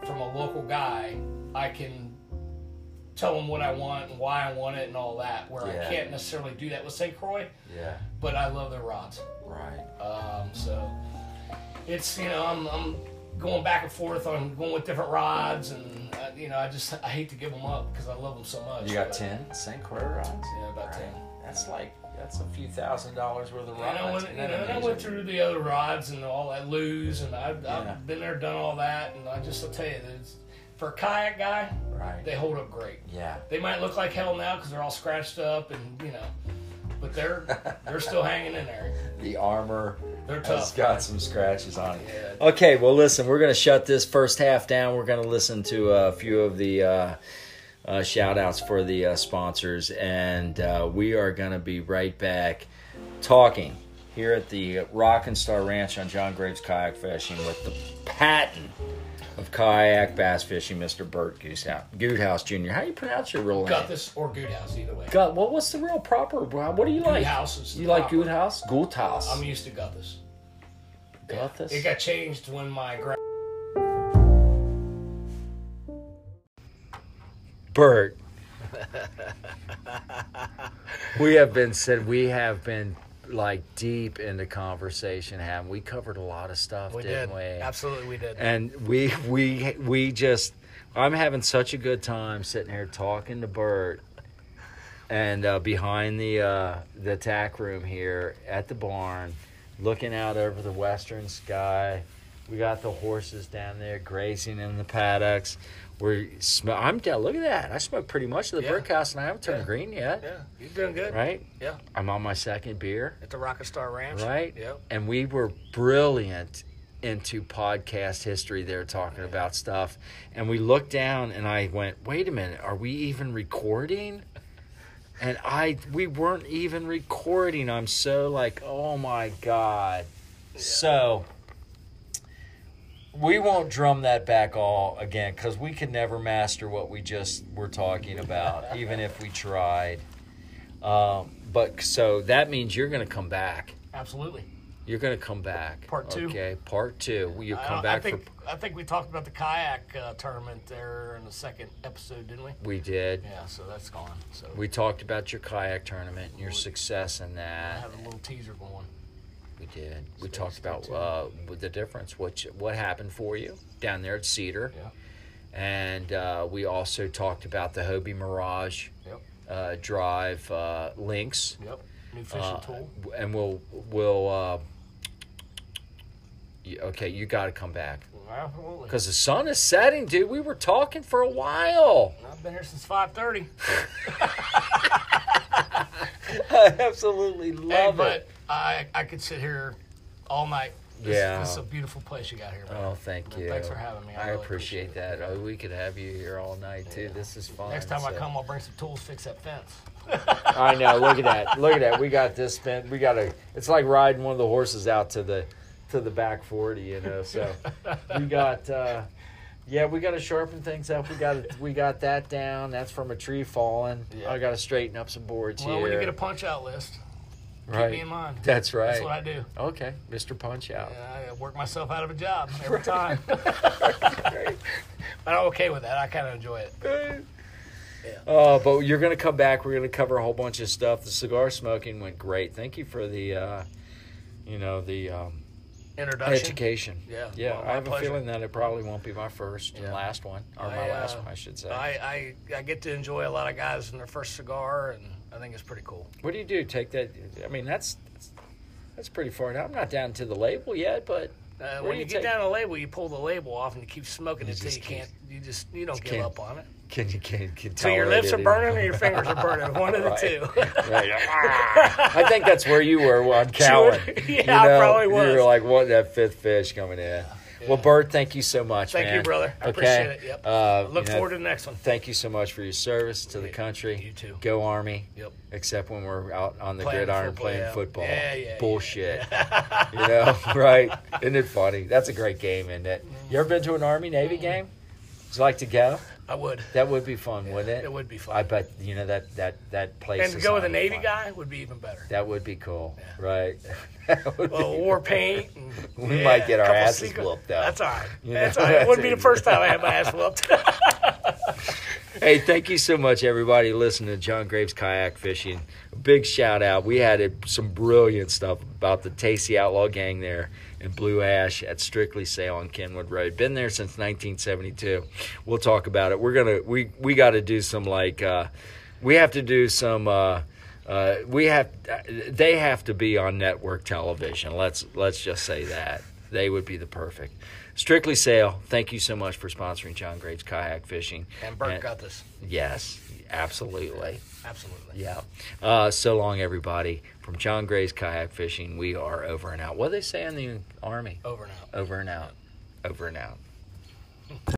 [SPEAKER 2] from a local guy, I can tell him what I want and why I want it and all that, where
[SPEAKER 4] Yeah.
[SPEAKER 2] I can't necessarily do that with St. Croix,
[SPEAKER 4] yeah.
[SPEAKER 2] but I love their rods.
[SPEAKER 4] Right.
[SPEAKER 2] Um, so it's you know I'm, I'm going back and forth on going with different rods and uh, you know I just I hate to give them up because I love them so much.
[SPEAKER 4] You got
[SPEAKER 2] but-
[SPEAKER 4] ten St. Croix rods.
[SPEAKER 2] Yeah, about ten.
[SPEAKER 4] That's like that's a few thousand dollars worth of
[SPEAKER 2] And I
[SPEAKER 4] rods.
[SPEAKER 2] went, you
[SPEAKER 4] Isn't
[SPEAKER 2] know,
[SPEAKER 4] that
[SPEAKER 2] and I
[SPEAKER 4] amazing?
[SPEAKER 2] went through the other rods and all that lose and I've,
[SPEAKER 4] Yeah.
[SPEAKER 2] I've been there, done all that, and I just I'll tell you, that it's, for a kayak guy,
[SPEAKER 4] Right.
[SPEAKER 2] they hold up great.
[SPEAKER 4] Yeah.
[SPEAKER 2] They might look like hell now because they're all scratched up and you know, but they're they're still hanging in
[SPEAKER 1] (laughs)
[SPEAKER 2] there.
[SPEAKER 5] The armor
[SPEAKER 2] They're
[SPEAKER 5] has
[SPEAKER 2] tough.
[SPEAKER 5] got some scratches on it.
[SPEAKER 2] Yeah.
[SPEAKER 1] Okay, well, listen, we're going to shut this first half down. We're going to listen to a few of the uh, uh, shout outs for the uh, sponsors, and uh, we are going to be right back talking here at the Rock and Star Ranch on John Graves Kayak Fishing with the patent of kayak bass fishing, Mr. Bert Goosehouse, Goodhouse Jr. How do you pronounce your real name?
[SPEAKER 2] Got this or good house either way.
[SPEAKER 1] Gut, what, what's the real proper? What do you like?
[SPEAKER 2] Goodhouse is the
[SPEAKER 1] You like
[SPEAKER 2] proper.
[SPEAKER 1] Goodhouse? Goodhouse.
[SPEAKER 2] I'm used to got this.
[SPEAKER 1] Guthus?
[SPEAKER 2] It got changed when my gra- (laughs)
[SPEAKER 1] Bert. we have been said we have been like deep into conversation, haven't we? Covered a lot of stuff,
[SPEAKER 2] we did
[SPEAKER 1] didn't we?
[SPEAKER 2] absolutely we did.
[SPEAKER 1] And we we we just I'm having such a good time sitting here talking to Bert and uh, behind the uh, the tack room here at the barn, looking out over the western sky. We got the horses down there grazing in the paddocks. We're sm- I'm down. Look at that! I smoked pretty much of the
[SPEAKER 2] Yeah.
[SPEAKER 1] brick house, and I haven't turned
[SPEAKER 2] Yeah.
[SPEAKER 1] green yet.
[SPEAKER 2] Yeah, you're doing good.
[SPEAKER 1] Right?
[SPEAKER 2] Yeah.
[SPEAKER 1] I'm on my second beer.
[SPEAKER 2] At the Rocket Star Ranch.
[SPEAKER 1] Right?
[SPEAKER 2] Yep.
[SPEAKER 1] and we were brilliant into podcast history there talking about stuff and we looked down and i went wait a minute are we even recording and i we weren't even recording i'm so like oh my god so we won't drum that back all again because we could never master what we just were talking about even if we tried um, but so that means you're going to come back
[SPEAKER 2] Absolutely.
[SPEAKER 1] you're gonna come back.
[SPEAKER 2] Part two.
[SPEAKER 1] Okay, part two. Will You
[SPEAKER 2] I-
[SPEAKER 1] come
[SPEAKER 2] I,
[SPEAKER 1] back
[SPEAKER 2] think I think we talked about the kayak uh, tournament there in the second episode, didn't we?
[SPEAKER 1] for. We did.
[SPEAKER 2] Yeah. So that's gone. So
[SPEAKER 1] We talked about your kayak tournament and your success in
[SPEAKER 2] I
[SPEAKER 1] that.
[SPEAKER 2] have a little teaser going.
[SPEAKER 1] We did. We
[SPEAKER 2] Stay-
[SPEAKER 1] talked
[SPEAKER 2] stay
[SPEAKER 1] about
[SPEAKER 2] tuned.
[SPEAKER 1] uh, with the difference, what you- what happened for you down there at Cedar,
[SPEAKER 2] Yeah.
[SPEAKER 1] and uh, we also talked about the Hobie Mirage
[SPEAKER 2] Yep.
[SPEAKER 1] uh, drive uh, links,
[SPEAKER 2] Yep. New fishing
[SPEAKER 1] uh,
[SPEAKER 2] tool.
[SPEAKER 1] and we'll we'll. Uh, you- okay, you got to come back
[SPEAKER 2] Absolutely.
[SPEAKER 1] because the sun is setting, dude. We were talking for a while.
[SPEAKER 2] I've been here since five thirty.
[SPEAKER 1] I (laughs) absolutely
[SPEAKER 2] Hey,
[SPEAKER 1] love
[SPEAKER 2] but
[SPEAKER 1] it.
[SPEAKER 2] I I could sit here all night. This,
[SPEAKER 1] Yeah.
[SPEAKER 2] This is a beautiful place you got here. Man.
[SPEAKER 1] Oh, thank you.
[SPEAKER 2] Thanks for having me. I
[SPEAKER 1] I,
[SPEAKER 2] really
[SPEAKER 1] appreciate, that. Oh, we could have you here all night too. This is fun.
[SPEAKER 2] Next time I
[SPEAKER 1] so-
[SPEAKER 2] come, I'll bring some tools, fix that fence.
[SPEAKER 1] I know. Look at that. Look at that. We got this spent. We got a. It's like riding one of the horses out to the, to the back forty. You know.
[SPEAKER 2] (laughs)
[SPEAKER 1] So we got. uh yeah, we got to sharpen things up. We got we got that down. That's from a tree falling.
[SPEAKER 2] Yeah.
[SPEAKER 1] I got to straighten up some boards
[SPEAKER 2] Well,
[SPEAKER 1] here.
[SPEAKER 2] when you get a punch out list,
[SPEAKER 1] right.
[SPEAKER 2] keep me in mind.
[SPEAKER 1] That's right.
[SPEAKER 2] That's what I do.
[SPEAKER 1] okay, Mr. Punch Out.
[SPEAKER 2] Yeah, I work myself out of
[SPEAKER 1] (laughs)
[SPEAKER 2] a job every time. but I'm okay with that. I kind of enjoy it.
[SPEAKER 1] (laughs) Uh, but you're going to come back. We're going to cover a whole bunch of stuff. The cigar smoking went great. Thank you for the, uh, you know, the um,
[SPEAKER 2] Introduction.
[SPEAKER 1] education.
[SPEAKER 2] Yeah,
[SPEAKER 1] yeah.
[SPEAKER 2] well, my
[SPEAKER 1] I have
[SPEAKER 2] pleasure.
[SPEAKER 1] a feeling that it probably won't be my first and
[SPEAKER 2] Yeah.
[SPEAKER 1] last one, or
[SPEAKER 2] I,
[SPEAKER 1] my
[SPEAKER 2] uh,
[SPEAKER 1] last one, I should say.
[SPEAKER 2] I, I I get to enjoy a lot of guys in their first cigar, and I think it's pretty cool.
[SPEAKER 1] what do you do? Take that? I mean, that's that's, that's pretty far. down. I'm not down to the label yet, but
[SPEAKER 2] Uh,
[SPEAKER 1] What do
[SPEAKER 2] when you,
[SPEAKER 1] you
[SPEAKER 2] get
[SPEAKER 1] take?
[SPEAKER 2] down to the label, you pull the label off and you keep smoking until
[SPEAKER 1] just
[SPEAKER 2] you can't. You just you don't
[SPEAKER 1] just
[SPEAKER 2] give
[SPEAKER 1] can't
[SPEAKER 2] up on it.
[SPEAKER 1] can you can, can
[SPEAKER 2] So your
[SPEAKER 1] tolerate
[SPEAKER 2] lips
[SPEAKER 1] it
[SPEAKER 2] are
[SPEAKER 1] either.
[SPEAKER 2] burning or your fingers are burning.
[SPEAKER 1] (laughs)
[SPEAKER 2] One of the
[SPEAKER 1] Right.
[SPEAKER 2] two. (laughs)
[SPEAKER 1] Right. Ah! I think that's where you were on
[SPEAKER 2] (laughs)
[SPEAKER 1] Cowan.
[SPEAKER 2] Yeah, I probably was.
[SPEAKER 1] You were like, what that fifth fish coming in? Well, Bert, thank you so much.
[SPEAKER 2] Thank you,
[SPEAKER 1] man.
[SPEAKER 2] brother. I appreciate it. Yep.
[SPEAKER 1] Uh,
[SPEAKER 2] Look
[SPEAKER 1] you know,
[SPEAKER 2] forward to the next one.
[SPEAKER 1] Thank you so much for your service to the
[SPEAKER 2] Yeah,
[SPEAKER 1] country.
[SPEAKER 2] you too.
[SPEAKER 1] Go Army.
[SPEAKER 2] Yep.
[SPEAKER 1] Except when we're out on the
[SPEAKER 2] Playing
[SPEAKER 1] gridiron
[SPEAKER 2] football,
[SPEAKER 1] playing
[SPEAKER 2] yeah.
[SPEAKER 1] football.
[SPEAKER 2] Yeah, yeah, yeah.
[SPEAKER 1] Bullshit. you
[SPEAKER 2] (laughs)
[SPEAKER 1] know, (laughs) right? Isn't it funny? That's a great game, isn't it? You ever been to an Army
[SPEAKER 2] Mm.
[SPEAKER 1] Navy game? Would you like to go?
[SPEAKER 2] I would.
[SPEAKER 1] That would be fun, wouldn't it?
[SPEAKER 2] It would be fun.
[SPEAKER 1] I bet you know that that that place.
[SPEAKER 2] and to
[SPEAKER 1] is
[SPEAKER 2] go with a
[SPEAKER 1] on
[SPEAKER 2] Navy
[SPEAKER 1] fire.
[SPEAKER 2] guy would be even better.
[SPEAKER 1] That would be cool, right? (laughs) That would
[SPEAKER 2] Well,
[SPEAKER 1] be-
[SPEAKER 2] war paint.
[SPEAKER 1] (laughs)
[SPEAKER 2] and-
[SPEAKER 1] We might get our
[SPEAKER 2] couple
[SPEAKER 1] asses whooped, though.
[SPEAKER 2] That's all right.
[SPEAKER 1] You know,
[SPEAKER 2] that's all right. It wouldn't be
[SPEAKER 1] that's (laughs)
[SPEAKER 2] the first time I had my ass whooped.
[SPEAKER 1] hey, thank you so much, everybody, listening to John Graves Kayak Fishing. A big shout out. We had it- some brilliant stuff about the Tasty Outlaw Gang there in Blue Ash at Strictly Sale on Kenwood Road. Been there since 1972. We'll talk about it. We're gonna we we got to do some like uh, we have to do some. Uh, uh, we have they have to be on network television. Let's let's just say that. They would be the perfect. Strictly Sail, thank you so much for sponsoring John Graves Kayak Fishing.
[SPEAKER 2] And Bert
[SPEAKER 1] And-
[SPEAKER 2] got this.
[SPEAKER 1] Yes, absolutely.
[SPEAKER 2] Absolutely.
[SPEAKER 1] Yeah. Uh, so long, everybody. From John Gray's Kayak Fishing, we are over and out. What do they say in the Army?
[SPEAKER 2] Over and out.
[SPEAKER 1] Over and out. Over and out.